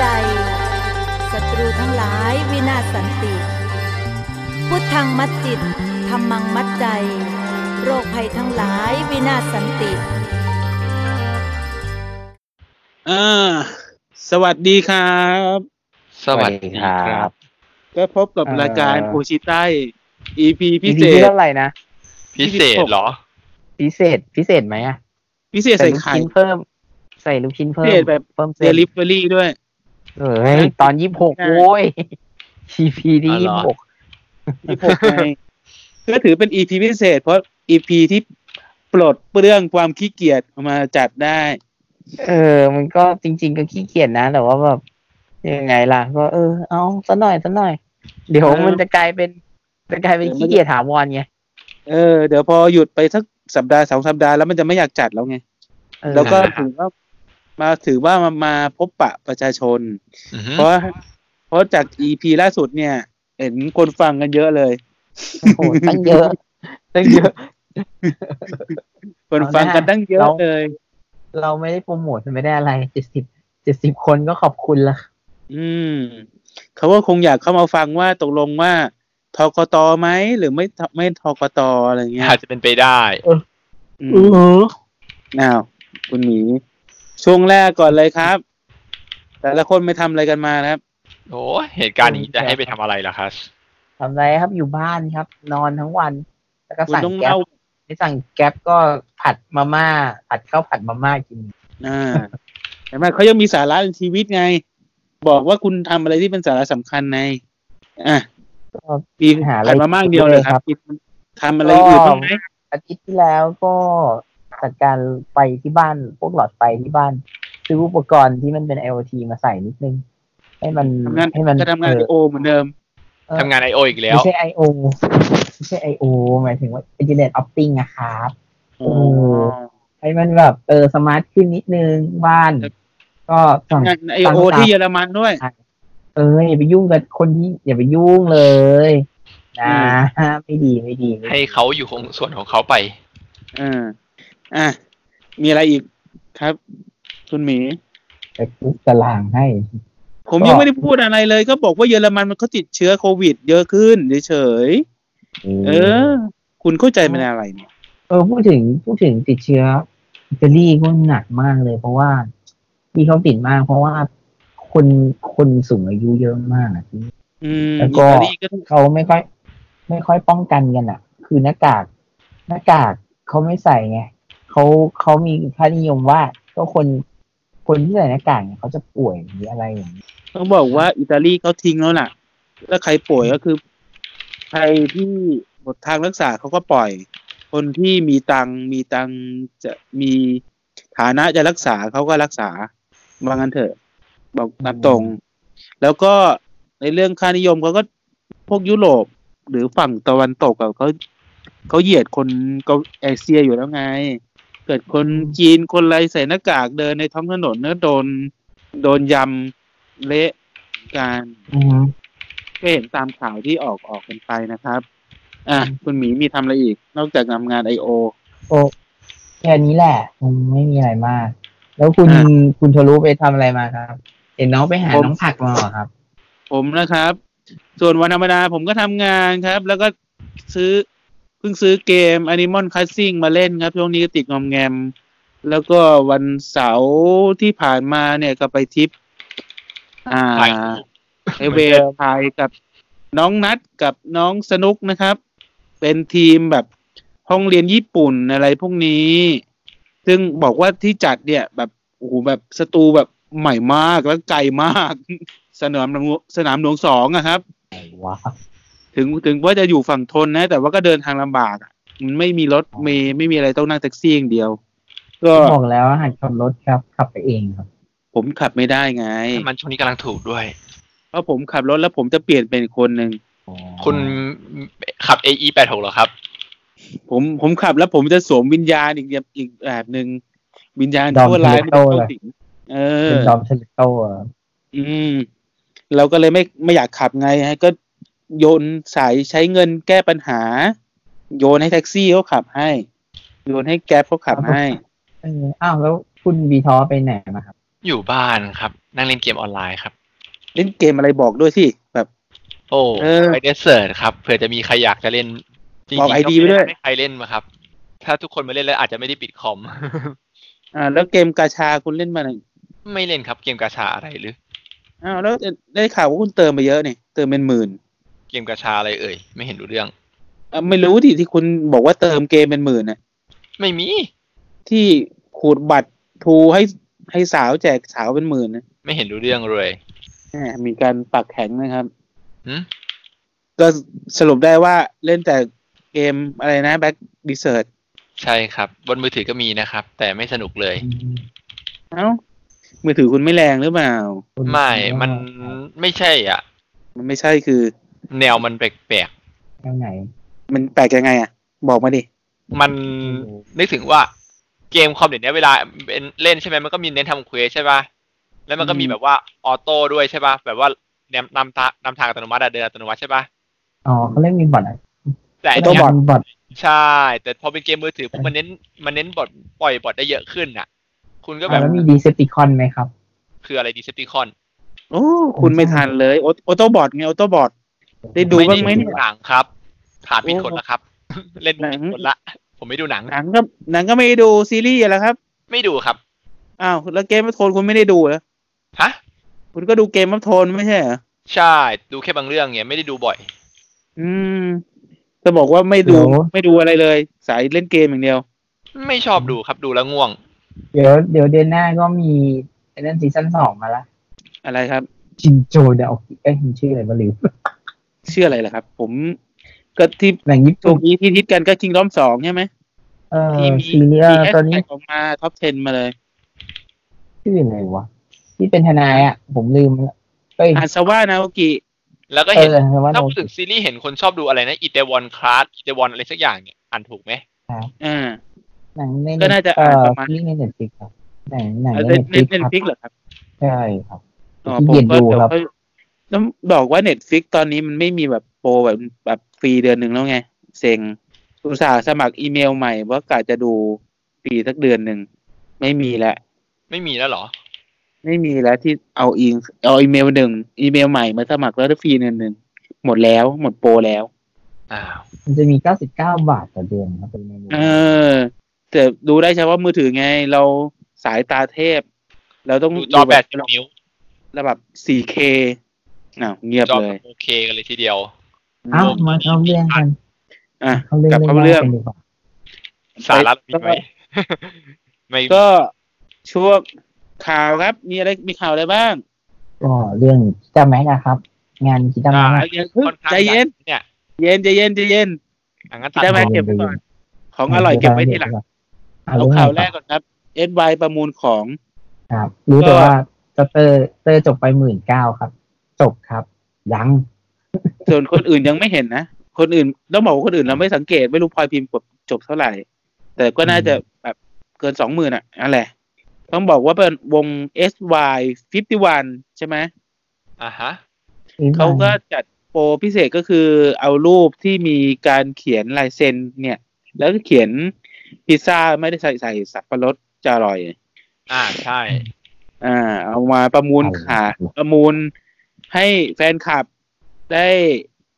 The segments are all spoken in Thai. ใด ศัตรูทั้งหลายวินาศสันติ พุทธังมัจจิตธรรมังมัจใจ โรคภัยทั้งหลายวินาศสันติ อ่าสวัสดีครับ สวัสดีครับ ก็พบกับ เอ่อ รายการโอชิใต้ EP พิเศ EP ที่ ษ เท่าไหร่นะ พิเศษเหรอ พิเศษพิเศษไหมอะ พิเศษใส่ ลูก ไข่ ชิ้นเพิ่ม ใส่ลูกชิ้นเพิ่ม พิเศษแบบ เพิ่ม เด เส้น ลิเวอรี่ด้วย เออเฮ้ยตอนยี่หก ใช่ โว้ย EP ที่ อ๋อเหรอยี่หก ยี่หกไงก็ถือเป็น EP พิเศษ เพราะ EP ที่ปลดเปลื้องความขี้เกียจออกมาจัดได้ เออ มันก็จริง ๆ ก็ขี้เกียจนะ แต่ว่าแบบยังไงล่ะ ก็เออเอาสัหน่อยสัหน่อย เดี๋ยวมันจะกลายเป็นจะกลายเป็นขี้เกียจถาวรไง เออเดี๋ยวพอหยุดไปสักสัปดาห์สองสัปดาห์แล้วมันจะไม่อยากจัดแล้วไง เออ แล้วก็ถือว่ามาถือว่ามามาพบปะประชาชน อือฮึ เพราะเพราะจาก EP ล่าสุดเนี่ย เห็นคนฟังกันเยอะเลย โอ้โหตั้งเยอะตั้งเยอะ คนฟังกันตั้งเยอะ เรา เลย เราไม่ได้โปรโมทไม่ได้อะไรเจ็ดสิบเจ็ดสิบคนก็ขอบคุณละ อืมเขาก็คงอยากเข้ามาฟังว่าตกลงว่าทกตไหมหรือไม่ทไม่ทกตอะไรเงี้ย อาจจะเป็นไปได้ อืมอ้าวคุณหมี ช่วงแรกก่อนเลยครับ แต่ละคนไปทำอะไรกันมานะครับ โอ้เหตุการณ์นี้จะให้ไปทำอะไรล่ะครับ ทำไรครับอยู่บ้านครับ นอนทั้งวัน แล้วก็ คุณ สั่ง ต้อง แก๊ป เล่า ไม่สั่งแก๊ปก็ผัดมาม่าผัดข้าวผัดมาม่ากิน อ่าแต่ว่าเขายังมีสาระในชีวิตไง บอกว่าคุณทำอะไรที่เป็นสาระสำคัญในอ่ะ ก็ มี หาอะไร ผ่านมาบ้างเดียวเลยครับทำอะไรอื่นบ้างไหม อาทิตย์ที่แล้วก็จัดการไฟที่บ้านพวกหลอดไฟที่บ้าน ซื้ออุปกรณ์ที่มันเป็น IoT มาใส่นิดนึง ให้มัน ทำงาน ให้มัน จะทำงาน เออ โอเหมือนเดิม เออ ทำงานไอโออีกแล้ว ไม่ใช่ I.O. ไม่ใช่ I.O. หมายถึงว่า Internet of Things อะครับ โอ้ ให้มันแบบเออสมาร์ทขึ้นนิดนึงบ้าน ครับ ก็สั่ง งานไอโอที่เยอรมันด้วย เอออย่าไปยุ่งกับคนที่อย่าไปยุ่งเลย นะ ไม่ดีไม่ดีไม่ดี ให้เขาอยู่ของส่วนของเขาไป อ่าอ่ะ มีอะไรอีกครับ คุณหมี ไปคุกตารางให้ ผม ก็ ยังไม่ได้พูดอะไรเลย ก็บอกว่าเยอรมันมันเขาติดเชื้อโควิด เยอะขึ้นเฉยๆเออ คุณเข้าใจมันอะไรเนี่ย เออพูดถึงพูดถึงติดเชื้ออิตาลีก็หนักมากเลย เพราะว่าที่เขาติดมาก เพราะว่าคนคนสูงอายุเยอะมากอะที่ อืม แล้ว อิ ก็ ตาลีก็ เขาไม่ค่อย ไม่ค่อยป้องกันกันอ่ะ คือหน้ากากหน้ากากเขาไม่ใส่ไงเขาเขามีค่านิยมว่าก็คนคนที่ใส่หน้ากากเนี่ยเขาจะป่วยหรืออะไรอย่างนี้ ต้องบอกว่าอิตาลีเขาทิ้งแล้วล่ะ แล้วใครป่วยก็คือ ใครที่หมดทางรักษาเขาก็ปล่อย คนที่มีตังค์มีตังค์จะมีฐานะจะรักษาเขาก็รักษาว่างั้นเถอะ บอกตามตรง แล้วก็ในเรื่องค่านิยมเขาก็พวกยุโรปหรือฝั่งตะวันตกอะเขาเขาเหยียดคนเกาเอเชียอยู่แล้วไง เกิดคนจีนคนอะไรใส่หน้ากากเดินในท้องถนนเนื้อะโดนโดนยำเละการ อือฮึ ก็เห็นตามข่าวที่ออกออกกันไปนะครับ อ่ะคุณหมีมีทำอะไรอีก นอกจากทำงานไอโอ โอ้แค่นี้แหละคงไม่มีอะไรมาก แล้วคุณ อ่า คุณทะลุไปทำอะไรมาครับ เห็นน้องไปหาน้องผักมาเหรอครับ ผมนะครับ ส่วนวันธรรมดาผมก็ทำงานครับ แล้วก็ซื้อเพิ่งซื้อเกม Animal Crossing มาเล่นครับ ช่วงนี้ก็ติดงอมแงม แล้วก็วันเสาร์ที่ผ่านมาเนี่ยก็ไปทริป อ่า ไป ไอเวลพายกับน้องนัดกับน้องสนุกนะครับ เป็นทีมแบบห้องเรียนญี่ปุ่นอะไรพวกนี้ ซึ่งบอกว่าที่จัดเนี่ยแบบโอ้โหแบบสตูแบบใหม่มากแล้วไกลมาก สนามหลวงสนามหลวงสองอะครับ ว้าว ถึงถึงว่าจะอยู่ฝั่งทนนะ แต่ว่าก็เดินทางลำบากอะมันไม่มีรถเมย์ไม่มีอะไรต้องนั่งแท็กซี่อย่างเดียว ก็ บอกแล้วว่าหัดขับรถครับ ขับไปเองครับ ผมขับไม่ได้ไง มันช่วงนี้กำลังถูกด้วย เพราะผมขับรถแล้วผมจะเปลี่ยนเป็นคนหนึ่ง คุณขับ AE 8 6เหรอครับ ผมผมขับแล้วผมจะสวมวิญญาณอีกแบบอีกแบบหนึ่งวิญญาณ ดอม ชั่วร้ายไม่ เทเลโต้ เข้า เลย สิงเออ เป็นจอมเทเลโต้เหรอ อืม เราก็เลยไม่ไม่อยากขับไงฮะก็โยนสายใช้เงินแก้ปัญหา โยนให้แท็กซี่เขาขับให้ โยนให้แก๊ปเขาขับให้ เอออ้าวแล้วคุณบีทอไปไหนมาครับ อยู่บ้านครับ นั่งเล่นเกมออนไลน์ครับ เล่นเกมอะไรบอกด้วยสิแบบ โอ้ เออ ไอเดสเซิร์ครับเผื่อจะมีใครอยากจะเล่นจริง บอก ๆ ID ก็ ไปด้วย ให้ใครเล่นมาครับ ถ้าทุกคนมาเล่นแล้วอาจจะไม่ได้ปิดคอม อ่า แล้วเกมกาชาคุณเล่นมาไหน ไม่เล่นครับเกมกาชาอะไรหรือ อ้าวแล้วได้ข่าวว่าคุณเติมไปเยอะเนี่ยเติมเป็นหมื่น เกมกาชาอะไรเอ่ยไม่เห็นรู้เรื่อง อ่ะไม่รู้ที่ที่คุณบอกว่าเติมเกมเป็นหมื่นน่ะ ไม่มี ที่ขูดบัตรทูให้ให้สาวแจกสาวเป็นหมื่นนะ ไม่เห็นรู้เรื่องเลย แหมมีการปักแข็งนะครับ หึ ก็สรุปได้ว่าเล่นแต่เกมอะไรนะแบ็กดีเซิร์ต ใช่ครับ บนมือถือก็มีนะครับ แต่ไม่สนุกเลย เอ้า มือถือคุณไม่แรงหรือเปล่า ไม่มันไม่ใช่อ่ะ มันไม่ใช่คือ แนวมันแปลก ทางไหน มันแปลกยังไงอ่ะ บอกมาดิ ๆมันนึกถึงว่าเกมคอมเดี๋ยวนี้เวลาเป็นเล่นใช่ไหมมันก็มีเน้นทำเควสใช่ป่ะแล้วมันก็มี อืม แบบว่าออโต้ด้วยใช่ป่ะแบบว่าแนวนำทางนำทางอัตโนมัติอะเดินอัตโนมัติใช่ป่ะ อ๋อเขาเรียกมีบอท แต่ไอ้ ตั เนี่ วย บอท บอท ใช่ แต่พอเป็นเกมมือถือปุ๊บมันเน้นมันเน้นบอดปล่อยบอดได้เยอะขึ้นน่ะ คุณก็แบบ แล้วมีดีเซปติคอนไหมครับ คืออะไรดีเซปติคอน โอ้คุณไม่ทันเลยโออโต้บอทไงออโต้บอท ได้ดูบ้างไหมเนี่ย หนังครับถามผิดคนละครับ เล่นผิดคนละ ผมไม่ดูหนัง หนังก็หนังก็ไม่ได้ดูซีรีส์อะไรครับ ไม่ดูครับ อ้าว แล้วเกมมัฟโทนคุณไม่ได้ดูเหรอ ฮะ คุณก็ดูเกมมัฟโทนไม่ใช่เหรอ ใช่ดูแค่บางเรื่องเนี่ยไม่ได้ดูบ่อย อืม จะบอกว่าไม่ดู เดี๋ยว ไม่ดูอะไรเลย สายเล่นเกมอย่างเดียว ไม่ชอบดูครับดูแล้วง่วง เดี๋ยวเดี๋ยวเดือนหน้าก็มีไอ้นั่นซีซั่นสองมาละ อะไรครับ ชินโจเดอะเอ้ยชื่ออะไรบ้าลื ม เชื่ออะไรล่ะครับ ผมก็ที่ หนังญี่ ตร ปุ่ ง น นี้ที่ทิศกันก็คิงด้อมสองใช่ไหม เออ ที่มี ซีเรีย มี ล แฮช ตอนนี้ แท็กออกมาท็อป 10 มาเลย ชื่ออะไรวะที่เป็นทนายอ่ะ ผมลืมละเอ้ย อาซาว่านาโอกิ แล้วก็ เอ เห็น อว่า ถ้า เรา พูดถึงซีรีส์เห็นคนชอบดูอะไรนะอิตาวันคลาสอิตาวันอะไรสักอย่างเนี่ยอ่านถูกไหม อ่า หนังใน ก็น่าจะ เอ่ อ่าน อ ประมาณ ที่ในเน็ตฟลิกครับหนังหนังใน เล่น เน็ตฟลิกครับเน็ตฟิกเหรอครับ ใช่ครับ อ๋อ ที่ ผม เย็น ก็ ดู เดี๋ยว ครับ ค่อยแล้วบอกว่าเน็ตฟิกตอนนี้มันไม่มีแบบโปรแบบแบบฟรีเดือนหนึ่งแล้วไง เซ็งอุตส่าห์สมัครอีเมลใหม่ว่ากะจะดูฟรีสักเดือนหนึ่ง ไม่มีแล้ว ไม่มีแล้วเหรอ ไม่มีแล้วที่เอาอีเอาอีเมลหนึ่งอีเมลใหม่มาสมัครแล้วได้ฟรีเดือนหนึ่งหมดแล้วหมดโปรแล้ว อ้าว มันจะมี 99 บาทต่อเดือนครับเป็นเมนู เออแต่ดูได้เฉพาะมือถือไง เราสายตาเทพ เราต้อง ดูจอแปดสิบ ระบบ นิ้ว ระบบ 4K อ้าวเงียบ จอ เลย โอเคกันเลยทีเดียว เอ้ามาเอาเรื่องกัน อ่ะ เอาเรื่อง กลับเข้าเรื่อง กันดีกว่า สาระมีไหม ไม่ ก็ช่วงข่าวครับ มีอะไรมีข่าวอะไรบ้าง ก็เรื่องจำไหมนะครับ งานกิจกรรม อ่า นะ อย่าเพิ่ง ค่อนข้าง ใจเย็น เนี่ย เย็นใจเย็นใจเย็น อ่ะงั้นตัด ได้ไหม ต่อ เก็บไว้ก่อน ของอร่อยเก็บไว้ทีหลัง เอา เอา เรื่อง ข่าวแร แร ก ก ก่อนครับเอสวประมูลของ ครับ รู้แต่ว่าเตอร์เตอร์จบไปหมื่นเก้าครับ จบครับ ยัง ส่วนคนอื่นยังไม่เห็นนะ คนอื่นต้องบอกว่าคนอื่นเราไม่สังเกตไม่รู้พลอยพิมพ์กดจบเท่าไหร่ แต่ก็น่าจะแบบเกินสองหมื่นอ่ะนั่นแหละ ต้องบอกว่าเป็นวง S Y 51 ใช่ไหม อ่ะฮะ เขาก็จัดโปรพิเศษก็คือเอารูปที่มีการเขียนลายเซ็นเนี่ย แล้วก็เขียนพิซซ่าไม่ได้ใส่ใส่สับปะรดจะอร่อย อ่าใช่ อ่า เอามาประมูลขาดประมูลให้แฟนคลับได้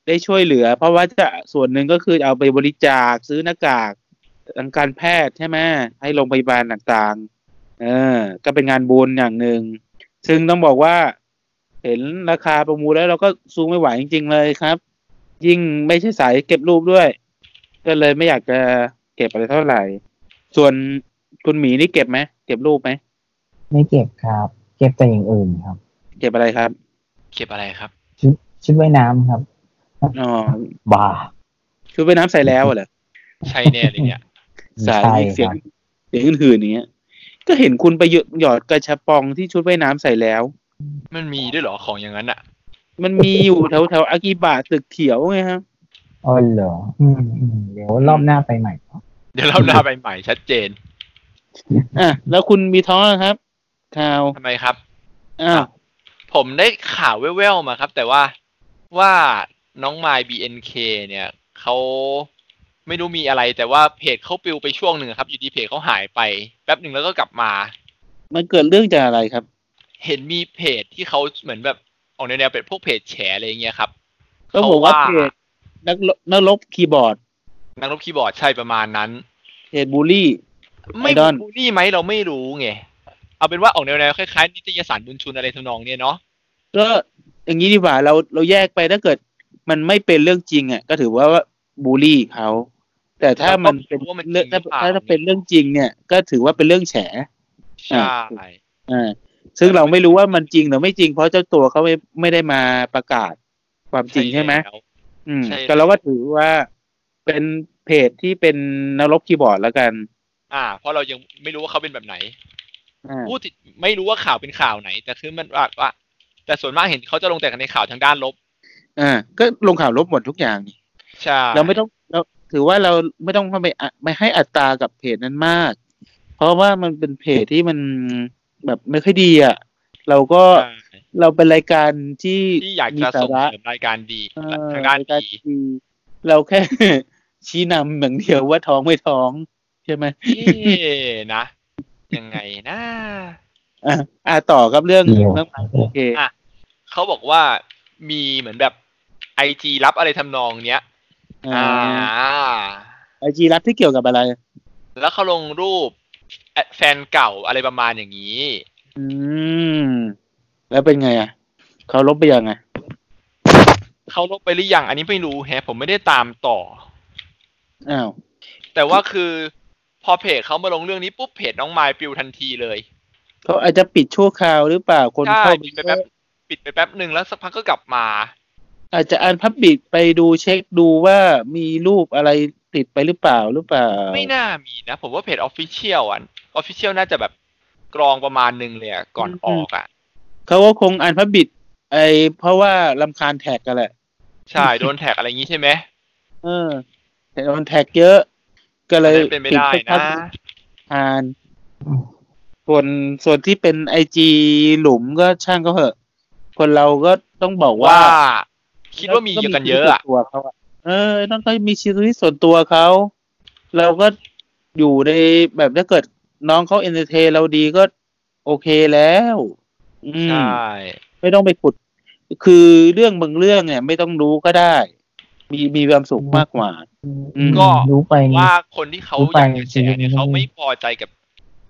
ได้ช่วยเหลือ เพราะว่าจะส่วนหนึ่งก็คือเอาไปบริจาคซื้อหน้ากากทางการแพทย์ใช่ไหมให้โรงพยาบาลต่างๆ เออ ก็เป็นงานบุญอย่างหนึ่ง ซึ่งต้องบอกว่า เห็นราคาประมูลแล้วเราก็ซูมไม่ไหวจริง ๆ เลยครับ ยิ่งไม่ใช่สายเก็บรูปด้วย ก็เลยไม่อยากจะเก็บอะไรเท่าไหร่ ส่วนคุณหมีนี่เก็บไหมเก็บรูปไหม ไม่เก็บครับ เก็บแต่อย่างอื่นครับ เก็บอะไรครับ เก็บอะไรครับ ชุดชุดว่ายน้ำครับ อ๋อ บ้า ชุดว่ายน้ำใส่แล้วเหรอ ใช่แน่เลยเนี่ย สาย ใช่ เสียง ครับ เสียงอื่นๆอย่างเงี้ย ก็เห็นคุณไปหยอดกระชับปองที่ชุดว่ายน้ำใส่แล้ว มันมีด้วยเหรอของอย่างนั้นอ่ะ มันมีอยู่แถวแถวๆอากิบะตึกเขียวไงครับ อ๋อเหรออืมอืมเดี๋ยวรอบหน้าไปใหม่ครับ เดี๋ยวเราหน้าไปใหม่ชัดเจน อ่ะแล้วคุณมีท้องแล้วครับข่าว ทำไมครับ อ้าว ผมได้ข่าวแว่วๆมาครับ แต่ว่าว่าน้องมาย BNK เนี่ยเขาไม่รู้มีอะไร แต่ว่าเพจเขาปิวไปช่วงหนึ่งอะครับ อยู่ดีเพจเขาหายไป แป๊บหนึ่งแล้วก็กลับมา มันเกิดเรื่องจากอะไรครับ เห็นมีเพจที่เขาเหมือนแบบออกแนวๆเป็นพวกเพจแฉอะไรอย่างเงี้ยครับ ก็บอกว่า เขาว่า เพจนักลบนักลบคีย์บอร์ด นักรบคีย์บอร์ดใช่ประมาณนั้น เพจบูลลี่ ไม่ ไอดอล บูลลี่ไหมเราไม่รู้ไงเอาเป็นว่าออกแนวๆคล้ายๆนิตยสารบุญชุนอะไรทำนองเนี้ยเนาะ ก็อย่างนี้ดีกว่าเราเราแยกไปถ้าเกิด มันไม่เป็นเรื่องจริงอ่ะก็ถือว่าว่าบูลลี่เขาแต่ถ้ามันเป็น ราก็ไรู้ว่ามันจ เรื่อง ริงห ถ้า รือเปล่า ถ้าเป็นเรื่องจริงเนี่ย ก็ถือว่าเป็นเรื่องแฉ ใช่ อ่าซึ่งเราไม่รู้ว่ามันจริงหรือไม่จริง เพราะเจ้าตัวเขาไม่ไม่ได้มาประกาศความจริงใช่ไหม แล้ว อืม ใช่ แต่เราก็ถือว่าเป็นเพจที่เป็นนรกคีย์บอร์ดแล้วกัน อ่า เพราะเรายังไม่รู้ว่าเขาเป็นแบบไหน อ่า พูดถึงไม่รู้ว่าข่าวเป็นข่าวไหน แต่คือมันว่าว่าแต่ส่วนมากเห็นเขาจะลงแต่กันในข่าวทางด้านลบ อ่า ก็ลงข่าวลบหมดทุกอย่างนี่ ใช่ เราไม่ต้องเราถือว่าเราไม่ต้องเข้าไปอ่ะไม่ให้อัตรากับเพจนั้นมาก เพราะว่ามันเป็นเพจที่มันแบบไม่ค่อยดีอ่ะ เราก็ ใช่ เราเป็นรายการที่ ที่อยาก มี จะ สา ส่ง ระ เสริมรายการดี เออ ทางด้าน รยกร ดี ดีเราแค่ ชี้นำอย่างเดียวว่าท้องไม่ท้องใช่ไหม เอ๊ะนะยังไงนะ อ่ะอ่าต่อครับเรื่อง เดี๋ยว เรื่องโอเค อ่ะ เขาบอกว่ามีเหมือนแบบไอจีรับอะไรทำนองเนี้ย อ่า อ่า ไอจีรับที่เกี่ยวกับอะไร แล้วเขาลงรูปแอดแฟนเก่าอะไรประมาณอย่างนี้ อืม แล้วเป็นไงอ่ะ เขาลบไปยังไง เขาลบไปหรือยังอันนี้ไม่รู้แฮะ ผมไม่ได้ตามต่อ อ้าว แต่ว่าคือพอเพจเขามาลงเรื่องนี้ปุ๊บเพจน้องมายปิวทันทีเลย เขาอาจจะปิดชั่วคราวหรือเปล่าคน ใช่ เข้าไป ปิดไปแป๊บปิดไปแป๊บหนึ่งแล้วสักพักก็กลับมา อาจจะอันพับบิดไปดูเช็คดูว่ามีรูปอะไรติดไปหรือเปล่าหรือเปล่า ไม่น่ามีนะ ผมว่าเพจออฟฟิเชียลอ่ะออฟฟิเชียลน่าจะแบบกรองประมาณหนึ่งเลยอะก่อนออกอ่ะ เขาก็คงอันพับบิดไอเพราะว่าลำคาญแท็กกันแหละ ใช่โดนแท็กอะไรอย่างงี้ใช่ไหม เออแต่โดนแท็กเยอะ ก็เลย อันนั้นเป็นไม่ได้ สัก นะ พัก ทานส่วนส่วนที่เป็นไอจีหลุมก็ช่างเขาเหอะ คนเราก็ต้องบอกว่า ว่า คิดว่ามีเยอะกันเยอะอ่ะ ก็มีชีวิตส่วนตัวเขาอะเออต้องก็มีชีวิตส่วนตัวเขาเราก็อยู่ในแบบถ้าเกิดน้องเขาเอนเตอร์เทนเราดีก็โอเคแล้ว อืม ใช่ ไม่ต้องไปขุด คือเรื่องบางเรื่องเนี่ย ไม่ต้องรู้ก็ได้ มีมีความสุขมากกว่า อืม ก็ รู้ไปนี่ ว่าคนที่เขา รู้ อ ไป ยากจะแฉ จริ เนี่ย งๆ เขาไม่พอใจกับ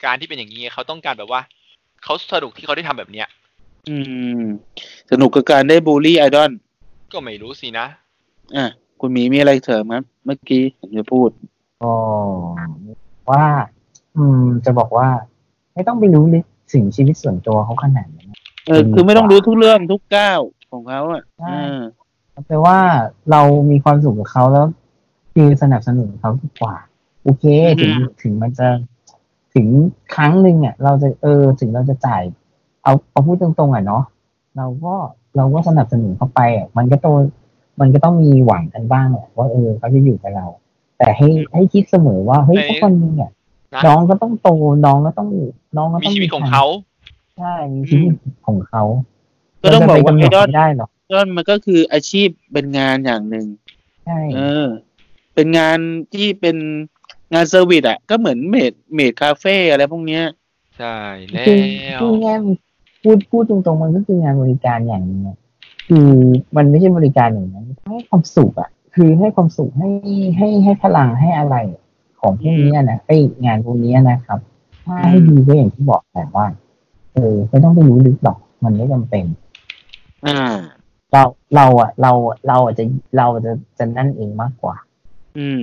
การที่เป็นอย่างนี้ เขาต้องการแบบว่าเขาสนุกที่เขาได้ทำแบบเนี้ย อืม สนุกกับการได้บูลลี่ไอดอล ก็ไม่รู้สินะ อ่ะคุณหมีมีอะไรเสริมครับ เมื่อกี้ผมจะพูด ก็ว่า อืม จะบอกว่า ไม่ต้องไปรู้เลยสิ่งชีวิตส่วนตัวเขาขนาดนั้น เออ อืม คือไม่ต้องรู้ทุกเรื่องทุกก้าวของเขาอ่ะ ใช่ เออ แต่ว่าเรามีความสุขกับเขาแล้ว คือสนับสนุนเขาดีกว่า โอเค ถึงถึงมันจะถึงครั้งหนึ่งอ่ะเราจะเออ ถึงเราจะจ่าย เอาเอาพูดตรงๆอ่ะเนาะเราก็เราก็สนับสนุนเขาไปอ่ะมันก็ต้องมันก็ต้องมีหวังกันบ้างแหละว่าเออเขาจะอยู่กับเรา แต่ให้ให้คิดเสมอว่าเฮ้ย ใน สักวันหนึงเนี่ย นะ น้องก็ต้องโตน้องก็ต้องน้องก็ มี ต้อง ชีวิตของ ท เขา ใช่มีชีวิตของเขา ก็ต้องบอกว่า เร ไอดจะปอล กำหนไม่ได้หรอก ไอดอลมันก็คืออาชีพเป็นงานอย่างหนึ่ง ใช่ เออ เป็นงานที่เป็นงานเซอร์วิสอ่ะ ก็เหมือนเมดเมดคาเฟ่อะไรพวกเนี้ย ใช่แล้ คือ ว พูดง่ายๆพูดพูดตรงๆ มันก็คืองานบริการอย่างหนึงอะคือมันไม่ใช่บริการอย่างนั้นให้ความสุขอ่ะ คือให้ความสุขให้ให้ให้พลังให้อะไรของพวกนี้อะนะไองานพวกนี้นะครับ ถ้าให้ดีก็อย่างที่บอกแต่ว่า เออไม่ต้องไปรู้ลึกหรอก มันไม่จำเป็น อ่า เราเราอ่ะ เราอะเราอะจะเราจะจะนั่นเองมากกว่า อืม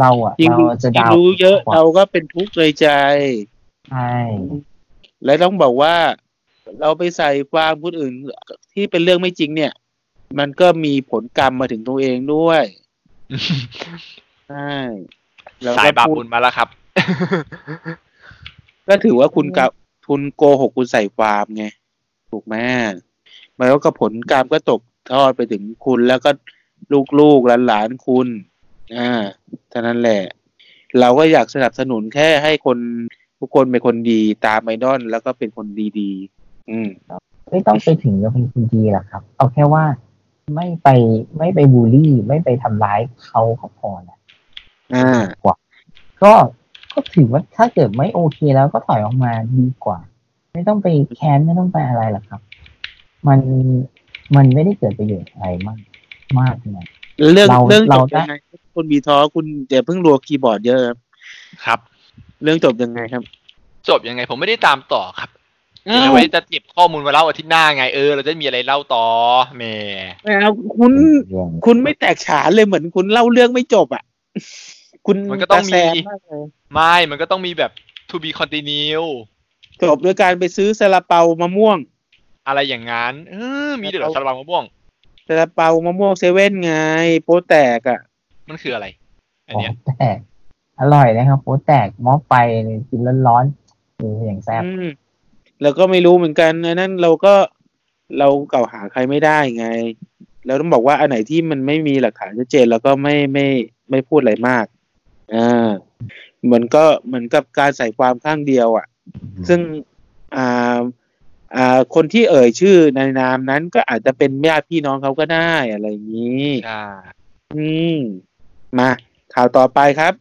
เราอ่ะ ยิ่ง เรา รู้ จะ ยิ่ง ดาว รู้เยอะ มากกว่า เราก็เป็นทุกข์เลยใจ ใช่ และต้องบอกว่าเราไปใส่ความผู้อื่นที่เป็นเรื่องไม่จริงเนี่ย มันก็มีผลกรรมมาถึงตัวเองด้วย ใช่แล้วก็ สายบาป พูด บุญมาแล้วครับ ก็ถือว่าคุณกับคุณโกหกคุณใส่ความไง ถูกไหมแล้วก็ผลกรรมก็ตกทอดไปถึงคุณแล้วก็ลูกๆหลานๆคุณ อ่าเท่านั้นแหละ เราก็อยากสนับสนุนแค่ให้คนทุกคนเป็นคนดีตามไอดอลแล้วก็เป็นคนดีๆอืม ไม่ต้องไปถึงกับเป็นคนดีหรอกครับ เอาแค่ว่าไม่ไปไม่ไปบูลลี่ ไม่ไปทำร้ายเขาเขาพอนะ อ่า ก็ก็ถือว่าถ้าเกิดไม่โอเคแล้วก็ถอยออกมาดีกว่า ไม่ต้องไปแค้นไม่ต้องไปอะไรหรอกครับ มันมันไม่ได้เกิดประโยชน์อะไรมาก มากนะ เรื่อง เรา เรื่องจ เรา บยังไงคุณมีท้อคุณเดี๋ยวเพิ่งรัวคีย์บอร์ดเยอะครับ ครับ เรื่องจบยังไงครับ จบยังไงผมไม่ได้ตามต่อครับเดี๋ยวไว้จะเก็บข้อมูลมาเล่าอาทิตย์หน้าไงเออเราจะมีอะไรเล่าต่อแหม ไม่เอาคุณ เรื่อง คุณไม่แตกฉานเลยเหมือนคุณเล่าเรื่องไม่จบอ่ะ คุณ มันก็ต้องมี ตาแซมากเลย ไม่มันก็ต้องมีแบบ to be continue จบด้วยการไปซื้อซาลาเปามะม่วง อะไรอย่างนั้นเออมีด้วยเหรอสำหรับมะม่วง ซาลาเปามะม่วงเซเว่นไง โป๊แตกอ่ะ มันคืออะไร อัน โป๊ เนี้ย แตกอร่อยนะครับโป๊แตกหม้อไฟเลยกินร้อนๆดูอย่างแซ่บ อืมแล้วก็ไม่รู้เหมือนกันอันนั่นเราก็เราเกล่าวหาใครไม่ได้ไง แล้วต้องบอกว่าอันไหนที่มันไม่มีหลักฐานชัดเจนเราก็ไม่ไม่ไม่พูดอะไรมากอ่าเหมือนก็เหมือนกับการใส่ความข้างเดียวอะ่ะ ซึ่งอ่าอ่าคนที่เอ่ยชื่อในนามนั้นก็อาจจะเป็นญาติพี่น้องเขาก็ได้อะไรอย่างนี้ ใช่ อืมมาข่าวต่อไปครับ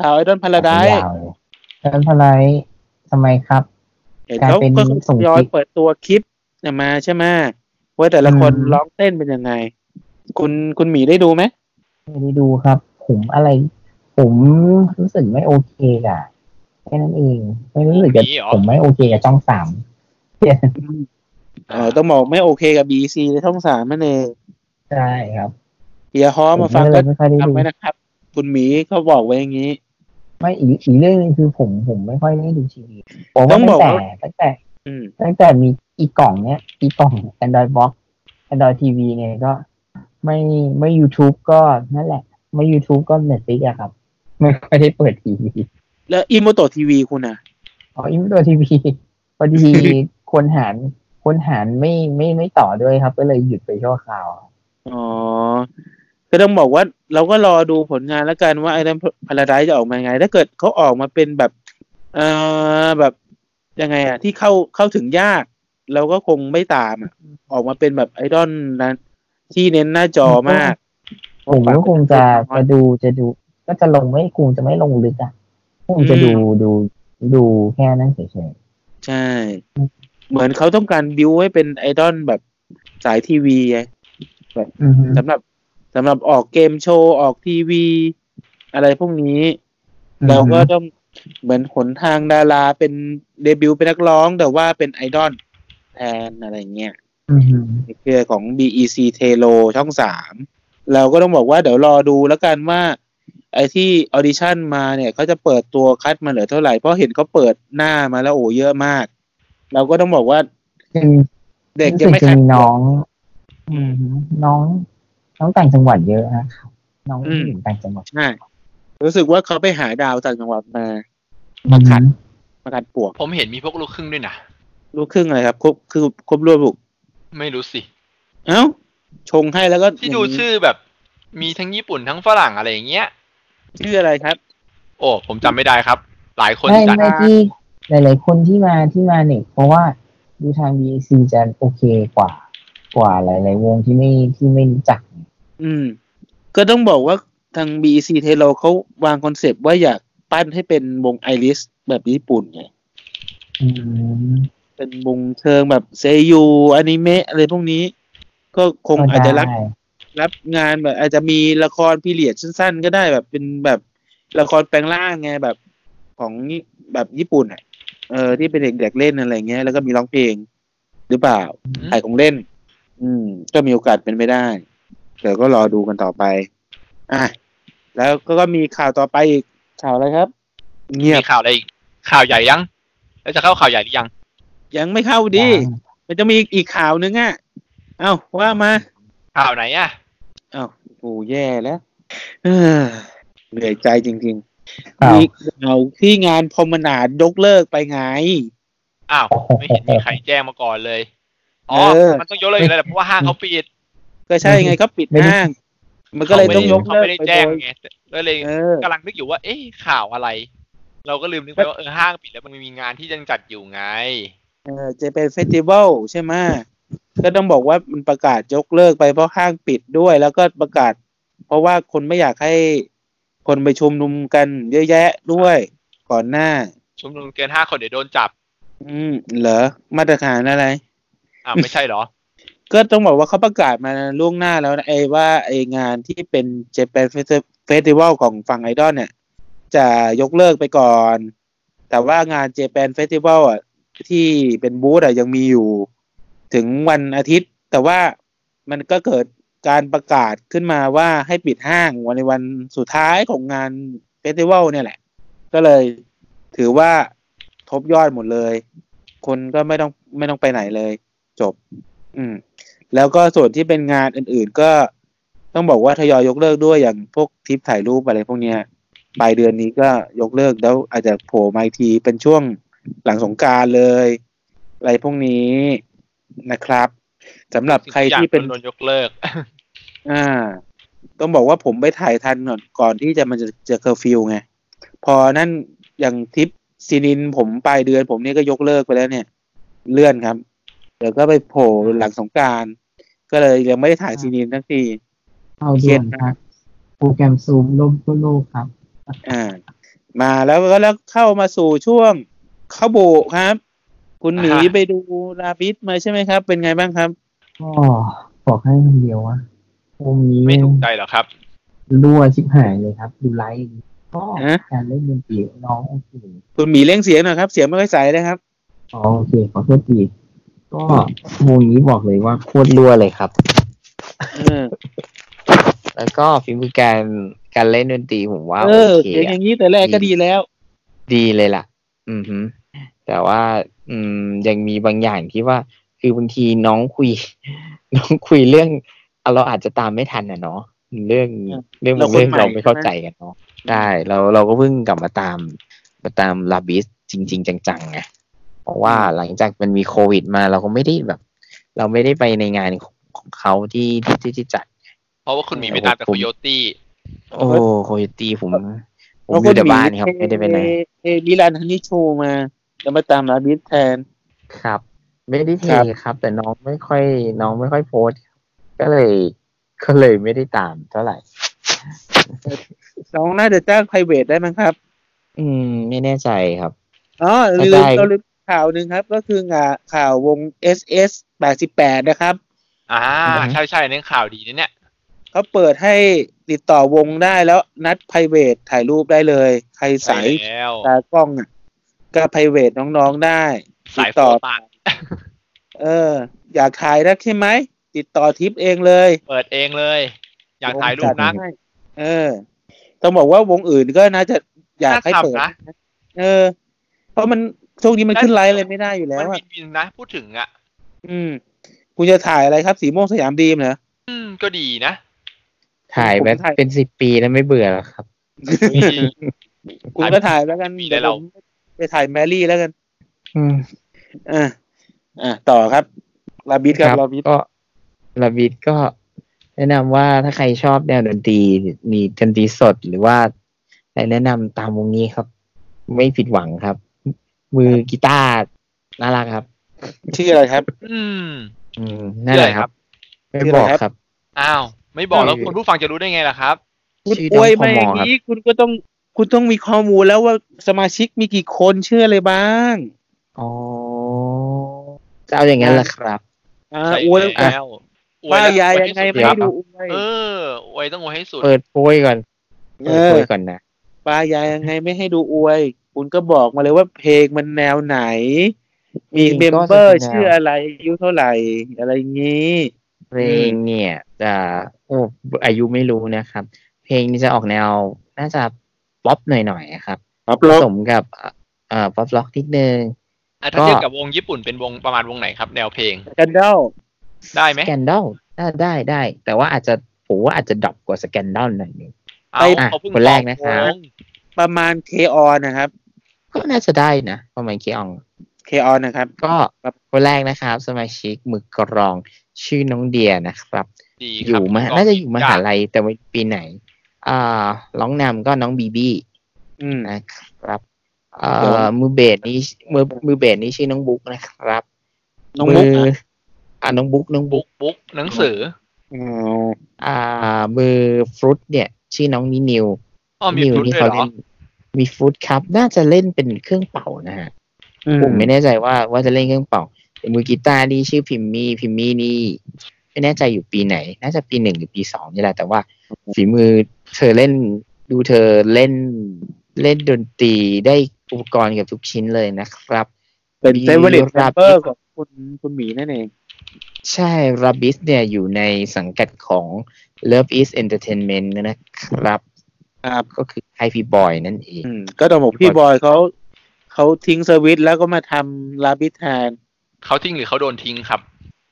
ข่าวไอดอนพาราได ยาวเลยแล้วทำไมทำไมครับ เห็นเขา กลายเป็น ก็ ส่ง ย้อ คลิ ย ป เปิดตัวคลิปเนี่ยมาใช่ไหมว่าแต่ละคน อืม ร้องเต้นเป็นยังไง คุณคุณหมีได้ดูไหม ไม่ได้ดูครับ ผมอะไร ผมรู้สึกไม่โอเคอะแค่นั้นเอง ไม่รู้สึกจะ มีเหรอ ผมไม่โอเคกับช่องสาม เออต้องบอกไม่โอเคกับบีซีในช่องสามนั่นเอง ใช่ครับ เฮียฮอมาฟัง ผ ก็ ก็เลยไม่ค่อยได้ดู ทำไว้นะครับ คุณหมีเขาบอกไว้อย่างนี้ ไม่อีกอีกเรื่องหนึงคือผมผมไม่ค่อยได้ดูทีวีผม ต้ ว่า องบ ตั้ อก งแต่ ว่า ตั้งแต่ อืม ตั้งแต่มีอีกล่องเนี้ยอีกล่อง Android Box Android TV เนี่ยก็ไม่ไม่ YouTube ก็นั่นแหละ ไม่ YouTube ก็ Netflix อะครับ ไม่ค่อยได้เปิดทีวี แล้วอีโมโตทีวีคุณอ่ะ อ๋ออินตัวที วีพอดี คนหารคนหารไม่ไม่ไม่ต่อด้วยครับ ก็เลยหยุดไปชั่วคราว อ๋อ ก็ต้องบอกว่าเราก็รอดูผลงานแล้วกันว่าไอ้นั้นพาราไดจะออกมายังไง ถ้าเกิดเขาออกมาเป็นแบบ เอ่อแบบยังไงอ่ะ ที่เข้าเข้าถึงยาก เราก็คงไม่ตามอะออกมาเป็นแบบไอดอลนั้น ที่เน้นหน้าจอมาก ผมก็คงจะจะดูจะดู ก็จะลงไม่คงจะไม่ลงลึกอ่ะคงจะดูดูดูแค่นั้นเฉย ใช่ เหมือนเขาต้องการบิวให้เป็นไอดอลแบบสายทีวีไง ๆอือฮึ สำหรับสำหรับออกเกมโชว์ ออกทีวี อะไรพวกนี้ เราก็ต้องเหมือนหนทางดาราเป็นเดบิวต์เป็นนักร้อง แต่ว่าเป็นไอดอลแทนอะไรเงี้ย อือฮึ ในเครือของ BEC t e l o ช่องสามเราก็ต้องบอกว่าเดี๋ยวรอดูแล้วกันว่า ไอ้ที่ออดิชั่นมาเนี่ยเขาจะเปิดตัวคัดมาเหลือเท่าไหร่ เพราะเห็นเขาเปิดหน้ามาแล้วโอ้เยอะมาก เราก็ต้องบอกว่าเด็กยังไม่ รู้คัสึจะ ด มีน้องน้อง น้องต่างจังหวัดเยอะนะครับน้อง อืม ผู้หญิงต่างจังหวัด ใช่รู้สึกว่าเขาไปหาดาวต่างจังหวัดมา มาขัด มากัดปวก ผมเห็นมีพวกลูกครึ่งด้วยนะ ลูกครึ่งอะไรครับครบคือครบรวมบุก ไม่รู้สิ เอ้า ชงให้แล้วก็ ที่ดูชื่อแบบ มีทั้งญี่ปุ่นทั้งฝรั่งอะไรอย่างเงี้ย ชื่ออะไรครับ โอ้ผมจำไม่ได้ครับ หลายคน ไม่ จัด ไม่ที่หลาย ๆ คนที่มาที่มาเนี่ยเพราะว่าดูทาง b ีซีจะโอเคกว่า กว่าหลาย ๆ วงที่ไม่ที่ไม่รู้จัก อืม ก็ต้องบอกว่าทาง BEC t e l o เขาวางคอนเซปต์ว่าอยากปั้นให้เป็นวงไอริสแบบญี่ปุ่นไง อืม เป็นวงเชิงแบบเซยูอนิเมะอะไรพวกนี้ ก็คง ก็อาจได้จะรับรับงานแบบ อาจจะมีละครพิเรียดสั้นๆ ก็ได้แบบเป็นแบบละครแปลงร่างไงแบบของแบบญี่ปุ่นอ่ะเออที่เป็นเด็กๆเล่นอะไรเงี้ยแล้วก็มีร้องเพลงหรือเปล่า ขายของเล่น อืม ก็มีโอกาสเป็นไม่ได้ แต่ก็รอดูกันต่อไป อ่ะ แล้วก็ก็มีข่าวต่อไปอีก ข่าวอะไรครับ เงียบ มีข่าวอะไรอีกข่าวใหญ่ยัง แล้วจะเข้าข่าวใหญ่หรือยัง ยังไม่เข้าดี มันจะมีอีกข่าวนึงอ่ะ เอ้าว่ามา ข่าวไหนอ่ะ เอ้าโอ้แย่แล้วเอ้อเหนื่อยใจจริง อ้า ๆ ว มีข่าวที่งานพรหมนาดยกเลิกไปไง อ้าว ไม่เห็นมีใครแจ้งมาก่อนเลย อ๋อ เออ มันต้องยกเลิกอยู่แล้วแหละเพราะว่าห้างเขาปิด ก็ใช่ไงเขาปิดห้าง มันก็เลยต้องยก เขา เลิกไปไม่ได้แจ้ง โดย ไงก็เลย เออ กำลังนึกอยู่ว่า เอ๊ะข่าวอะไร เราก็ลืมนึกไปว่าเออห้างปิดแล้วมันมีงานที่ยังจัดอยู่ไง เออจะเป็นเฟสติวัลใช่ไหมก็ต้องบอกว่ามันประกาศยกเลิกไปเพราะห้างปิดด้วย แล้วก็ประกาศ เพราะว่าคนไม่อยากให้คนไปชุมนุมกันเยอะแยะด้วยก่อนหน้า ชุมนุมเกินห้าคนเดี๋ยวโดนจับ อืมเหรอมาตรฐานอะไร อ่าไม่ใช่เหรอ ก็ต้องบอกว่าเขาประกาศมาล่วงหน้าแล้วนะไอ้ว่าไอ้งานที่เป็น Japan Festival ของฝั่งไอดอลเนี่ย จะยกเลิกไปก่อน แต่ว่างาน Japan Festival อ่ะที่เป็นบูธอ่ะยังมีอยู่ ถึงวันอาทิตย์ แต่ว่ามันก็เกิดการประกาศขึ้นมาว่าให้ปิดห้างวันในวันสุดท้ายของงานเฟสติวัลเนี่ยแหละ ก็เลยถือว่าทบยอดหมดเลย คนก็ไม่ต้องไม่ต้องไปไหนเลย จบ อืม แล้วก็ส่วนที่เป็นงานอื่นๆ ก็ต้องบอกว่าทยอยยกเลิกด้วยอย่างพวกทริปถ่ายรูปอะไรพวกเนี้ยปลายเดือนนี้ก็ยกเลิกแล้วอาจจะโผล่มาอีกทีเป็นช่วงหลังสงกรารเลย อะไรพวกนี้นะครับสำหรับใครที่เป็น ทุกอย่างโดนยกเลิก อ่า ต้องบอกว่าผมไปถ่ายทันก่อนก่อนที่จะมันจะจะเคอร์ฟิวไง พอนั่นอย่างทริปซีนินผมปลายเดือน ผมนี่ก็ยกเลิกไปแล้วเนี่ย เลื่อนครับ เดี๋ยวก็ไปโผล่หลังสงกราร ก็เลยยังไม่ได้ถ่ายซีนินทั้งที เอาด่วนครับ โปรแกรมซูมล่มทั่วโลกครับ อ่า มาแล้วก็แล้วเข้ามาสู่ช่วงเข้าโบกครับ คุณหมี อ่าฮะ ไปดูลาบิสมาใช่ไหมครับ เป็นไงบ้างครับ ก็บอกให้คำเดียวว่าวงนี้ ไม่ถูกใจเหรอครับ รั่วชิบหายเลยครับ ดูไลฟ์ก็ ฮะ การเล่นดนตรีน้องโอเค คุณหมีเร่งเสียงหน่อยครับ เสียงไม่ค่อยใสเลยครับ อ๋อโอเคขอโทษทีก็วงนี้บอกเลยว่าโคตรรั่วเลยครับ เออ แล้วก็ฝีมือการการเล่นดนตรีผมว่า เอ โอ อ เค เสียงอ อะ ย่างนี้แต่แรกก็ดีแล้ว ดีเลยล่ะ อือฮึแต่ว่า อืม ยังมีบางอย่างที่ว่า คือบางทีน้องคุย น้องคุยเรื่องอ่ะเราอาจจะตามไม่ทันนะเนาะเรื่องเรื่องบางเรื่อง เราคนใหม่ เราไม่เข้าใจกันเนาะได้เราเราก็เพิ่งกลับมาตาม มาตามลาบิสจริง ๆ จังๆไงเพราะว่าหลังจากมันมีโควิดมาเราก็ไม่ได้แบบ เราไม่ได้ไปในงานของเขาที่ที่ที่จัด เพราะว่าคุณหมีไปตามแต่โคโยตี้ โอ้โคโยตี้ผมผม แล้ว อ ก็ ยู่แต่บ้านครับ ไม่ได้ไปไหน เอเอมิลานฮันนี่โชว์มาแล้วมาตามลาบิสแทน ครับ ไม่ได้เท ครับ ครับ แต่น้องไม่ค่อย น้องไม่ค่อยโพสต์ครับก็เลย ก็เลยไม่ได้ตามเท่าไหร่ น้องน่าจะจ้างไพรเวทได้มั้งครับ อืม ไม่แน่ใจครับ อ๋อ ไม่ ลื ได้ มเราลืมข่าวหนึ่งครับ ก็คืองาข่าววง S S 88 นะครับ อ่า อือฮึ ใช่ใช่ๆนี่ข่าวดีนะเนี่ย เขาเปิดให้ติดต่อวงได้แล้วนัดไพรเวทถ่ายรูปได้เลย ใคร ใช่ สาย แล้ว ตากล้องอ่ะก็ไพรเวทน้องๆได้ สาย ติด โฟ ต่อ ตาน เออ อยากถ่ายได้ใช่ไหม ติดต่อทิปเองเลย เปิดเองเลย อยากถ่ายรูปนัก เออ ต้องบอกว่าวงอื่นก็น่าจะอยากให้ น่าทำ เปิด นะ เออ เพราะมันช่วงนี้มันขึ้นไลฟ์อะไรไม่ได้อยู่แล้วมัน อะ วินวินนะ พูดถึงอ่ะ อืม คุณจะถ่ายอะไรครับ สีม่วงสยามดีมเหรอ อืม ก็ดีนะ ถ่ายแบผบมถ่าย เป็นสิบปีแล้วไม่เบื่อหรอกครับ มี คุณก็ถ่ายแล้วกัน มีอะไร เดี๋ยว เรา ผมไปถ่ายแมรี่แล้วกัน อืม อ่ะอ่ะต่อครับลาบิดครับลาบิด ก็ลาบิดก็ แนะนำว่าถ้าใครชอบแนวดนตรีมีดนตรีสดหรือว่าอะไรแนะนำตามวงนี้ครับ ไม่ผิดหวังครับ มือกีตาร์น่ารักครับ ชื่ออะไรครับ อืม อืมนั่นแหละครับ ไม่บอกครับ อ้าว ไม่บอกแล้ว เออ คุณผู้ฟังจะรู้ได้ไงล่ะครับ คุณ ชื่ออน้อ วย งพ มาอ ม ย่าง ครับ นี้คุณก็ต้อง คุณต้องมีข้อมูลแล้วว่าสมาชิกมีกี่คนชื่ออะไรบ้าง อ๋อ จะเอาอย่างนั้นแหละครับ อ่า ใช่ อวย แล้อวย ป้า แล้ว ยาย อว ยังไง ให้ ไม่ สุ ให้ดูอวยดครับเอออวยต้องอวยให้สุด เปิดโพยก่อน เออเปิดโพยก่อนนะ ป้ายายยังไงไม่ให้ดูอวย คุณก็บอกมาเลยว่าเพลงมันแนวไหน มี เพ เม ลง ม ก็ เบอร์ จะเป็นแนว ชื่ออะไรอายุเท่าไหร่ อะไรอย่างงี้ เพลงเนี่ยจะโอ้อายุไม่รู้นะครับ เพลงนี้จะออกแนวน่าจะป๊อปหน่อยๆครับ ครับ ผ ลบ สมกับเอ่อป๊อปล็อกนิดนึง อ่ะถ้า ก็ เทียบกับวงญี่ปุ่นเป็นวงประมาณวงไหนครับ แนวเพลง กันเด้า ได้ไหม สแกนดอลน่าได้ได้ แต่ว่าอาจจะผมว่าอาจจะดรอปกว่าสแกนดอลหน่อยนึง เอา อ่ะ เขาเพิ่ง คนแรกนะครับ วง ประมาณเคออนนะครับ ก็น่าจะได้นะประมาณเคออง เคออนนะครับ ก็คนแรกนะครับ สมาชิกมือกรองชื่อน้องเดียนะครับ ดี อ ครับ ยู่มหา ก็ น่าจะอยู่มหา ะ ลัยแต่ว่าปีไหน อ่าร้องนำก็น้องบีบี้ อืม นะครับเอ่ ครับ อมือเบสนี่มือมือเบสนี่ชื่อน้องบุ๊กนะครับ น้องมุก มือ อ่ะ อ่าน้องบุ๊กน้อง บุ๊ บุ๊ ก ก บุ๊กหนังสือ อ๋อ อ่า มือฟรุตเนี่ย ชื่อน้องนินิว อ๋อมี นิว พลุต นี่ ด้วย เขา เหร เล่ อน มีฟรุตครับ น่าจะเล่นเป็นเครื่องเป่านะฮะ อืม ผมไม่แน่ใจว่าว่าจะเล่นเครื่องเป่าแต่มือกีตาร์นี่ชื่อพิมมี่พิมมี่นี่ ไม่แน่ใจอยู่ปีไหน น่าจะปีหนึ่งหรือปีสองนี่แหละแต่ว่าฝีมือเธอเล่นดูเธอเล่นเล่นดนตรีได้อุปกรณ์กับทุกชิ้นเลยนะครับ เป็นเซเวอร์ลิ มีรับ เปอร์ของคุณคุณหมีนั่นเอง ใช่รับบิสเนี่ยอยู่ในสังกัดของ Love is Entertainment นะครับ ครับ ก็คือไฮพีบอยนั่นเอง อืม ก็ต้องบอกพี่บอยเขาเขาทิ้งเซอร์วิสแล้วก็มาทำลาบิทาน เขาทิ้งหรือเขาโดนทิ้งครับ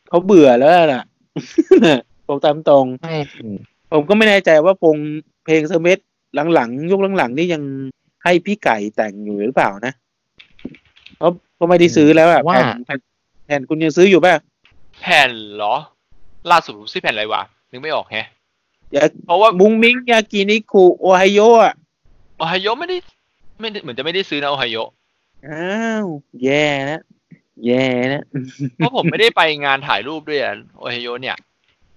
เขาเบื่อแล้วล่ะ ผมตามตรง ไม่ ผมก็ไม่แน่ใจว่าพงเพลงเซอร์วิสหลังๆยุคหลังๆ นี่ยังให้พี่ไก่แต่งอยู่หรือเปล่านะเขาก็ไม่ได้ซื้อแล้วอะแผ่นแผ่นแผ่นคุณยังซื้ออยู่ป่ะ แผ่นเหรอ ล่าสุดผมซื้อแผ่นอะไรวะนึกไม่ออกแฮะ อย่า เพราะว่า มุงมิ้งยากินิคุโอไฮโยอะ โอไฮโอไม่ได้ไม่ได้เหมือนจะไม่ได้ซื้อนะโอไฮโอ อ้าวแย่นะแย่นะ เพราะผมไม่ได้ไปงานถ่ายรูปด้วยอะโอไฮโอเนี่ย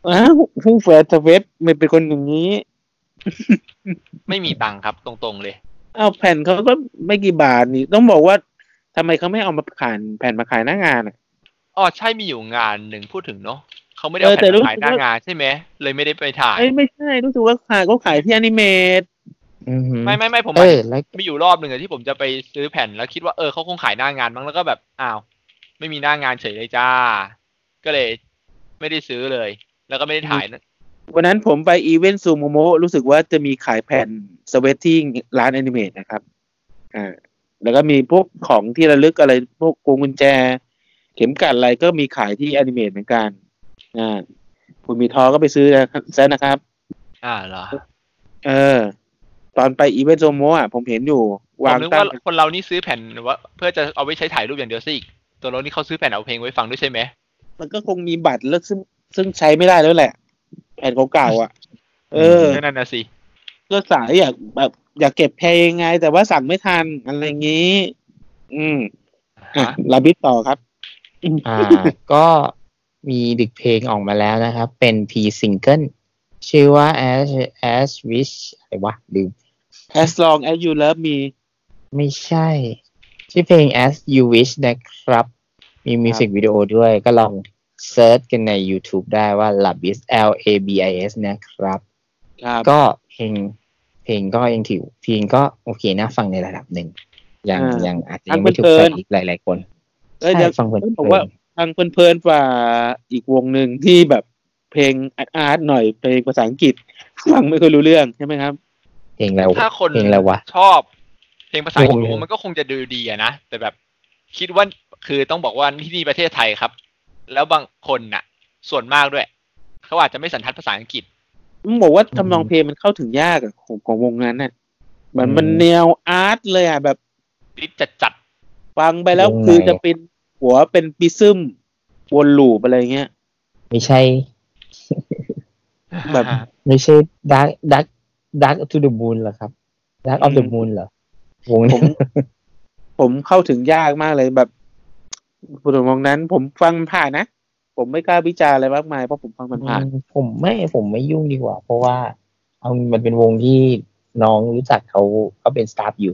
อ้าวผู้แฟร์เซอร์วิสมันเป็นคนอย่างนี้ ไม่มีตังค์ครับตรงๆเลย เอาแผ่นเขาก็ไม่กี่บาทนี่ต้องบอกว่าทำไมเขาไม่เอามาขายแผ่นมาขายหน้างานอะ อ๋อใช่มีอยู่งานหนึ่งพูดถึงเนาะเขาไม่ได้ เอ เอา อแต่ แผ่น รู้ มาขาย สึกว่าหน้างานใช่ไหมเลยไม่ได้ไปถ่าย เอ้ยไม่ใช่รู้สึกว่าขายก็ขายที่อนิเมต อือหือ ไม่ไม่ไม่ผมห เอ มาย อ ถึง แล้ว มีอยู่รอบหนึ่งอะที่ผมจะไปซื้อแผ่นแล้วคิดว่าเออเขาคงขายหน้างานมั้งแล้วก็แบบอ้าว ไม่มีหน้างานเฉยเลยจ้า ก็เลย ไม่ได้ซื้อเลย แล้วก็ไม่ได้ถ่ายนะ วันนั้นผมไปอีเวนต์ซูโมโมรู้สึกว่าจะมีขายแผ่นสเวตที่ร้านอนิเมตนะครับอ่าแล้วก็มีพวกของที่ระลึกอะไรพวกพวงกุญแจ เข็มกลัดอะไรก็มีขายที่อนิเมตเหมือนกันอ่าคุณมีทอก็ไปซื้อนะครับซะนะครับ อ่าเหรอ เออ ตอนไปอีเวนต์ซูโมโมอ่ะผมเห็นอยู่ ผ วาม ง นึก ตั้ ว่าง คนเรานี่ซื้อแผ่นว่าเพื่อจะเอาไว้ใช้ถ่ายรูปอย่างเดียวซะอีกตัวเรานี่เขาซื้อแผ่นเอาเพลงไว้ฟังด้วยใช่ไหม มันก็คงมีบัตรแล้วซึ่งซึ่งใช้ไม่ได้แล้วแหละ แผ่นเก่าๆอ่ะ เออ ก็นั่นนะสิ ก็สายอยากแบบ อยากเก็บเพลงไง แต่ว่าสั่งไม่ทันอะไรอย่างงี้ อืมอ่ะ ฮะ ลาบิดต่อครับ อ่า ก็มีดึกเพลงออกมาแล้วนะครับ เป็น P single ชื่อว่า as as wish อะไรวะลืม as long as you love me ไม่ใช่ ชื่อเพลง as you wish นะครับ มีมิวสิกวิดีโอด้วยก็ลองเซิร์ชกันใน YouTube ได้ว่า labis l a b i s นะครับ ครับ ก็เพลงเพลงก็ยังถือเพลงก็โอเคนะฟังในระดับหนึ่งยังยังอาจจะยังไม่ถูกใจอีกหลาย ๆ คน เอ้ย ใช่ เดี๋ยว ฟังเพลิน ต้อง ๆ บอกว่าทางเพลินๆกว่าอีกวงหนึ่งที่แบบเพลงอาร์ตๆหน่อยเพลงภาษาอังกฤษฟังไม่ค่อยรู้เรื่องใช่ไหมครับ เพลงแล้วะ ถ้าคน เพลงแล้ววะ ชอบ เพลงภาษาอังกฤษโอ้โห มันก็คงจะดูดีอะนะแต่แบบคิดว่าคือต้องบอกว่าที่นี่ประเทศไทยครับ แล้วบางคนน่ะ ส่วนมากด้วยเขาอาจจะไม่สันทัดภาษาอังกฤษ ผมบอกว่า อืม ทำนองเพลงมันเข้าถึงยากอะของของวงนั้นน่ะเหมือน อืม มันแนวอาร์ตเลยอะแบบ ลิดจัดจัด ฟังไปแล้ว วงไหน คือจะเป็นหัวเป็นปิซึมวนลูปอะไรเงี้ย ไม่ใช่ แบบ ไม่ใช่ดักดักดักทูเดอะมูนเหรอครับดักออฟเด อื อะ ม มูนเหรอวง ผม ผมเข้าถึงยากมากเลยแบบผลวงนั้น ผมฟังผ่านนะ ผมไม่กล้าวิจารณ์อะไรมากมายเพราะผมฟังมันผ่าน ผมไม่ผมไม่ยุ่งดีกว่า เพราะว่า เอามันเป็นวงที่น้องรู้จักเขาเขาเป็นสตาฟอยู่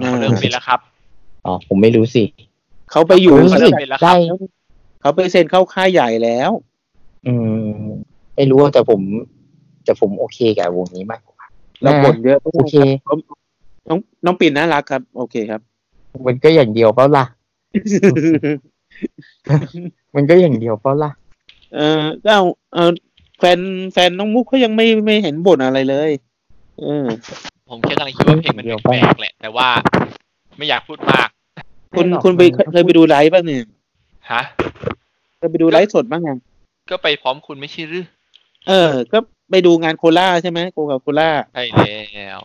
อ่า เริ่มเป็นแล้วครับ อ๋อผมไม่รู้สิ เขาไปอยู่ ผมรู้ เขา สึก ไป เป็นแล้วครับ ได้ เขาไปเซ็นเข้าค่ายใหญ่แล้ว อืมไม่รู้ว่าแต่ผมแต่ผมโอเคกับวงนี้มากกว่า แล้วบ่นเยอะ โอเค น้องน้องปิ่นน่ารักครับ โอเคครับ มันก็อย่างเดียวเปล่าล่ะ มันก็อย่างเดียวเปล่าล่ะ เออก็เอาเอาแฟนแฟนน้องมุกเขายังไม่ไม่เห็นบ่นอะไรเลย เออ ผมแค่กำลังคิดว่าเพลงมันแปลกๆแหละ แต่ว่าไม่อยากพูดมาก คุณ ไม่หรอก คุณไป มันก็ เคยไปดูไลฟ์ป่ะเนี่ย ฮะ เคยไปดูไลฟ์สดบ้างไง ก็ไปพร้อมคุณไม่ใช่หรือ เออ ก็ไปดูงานโคราชใช่ไหมโกกับโคราช ใช่แล้ว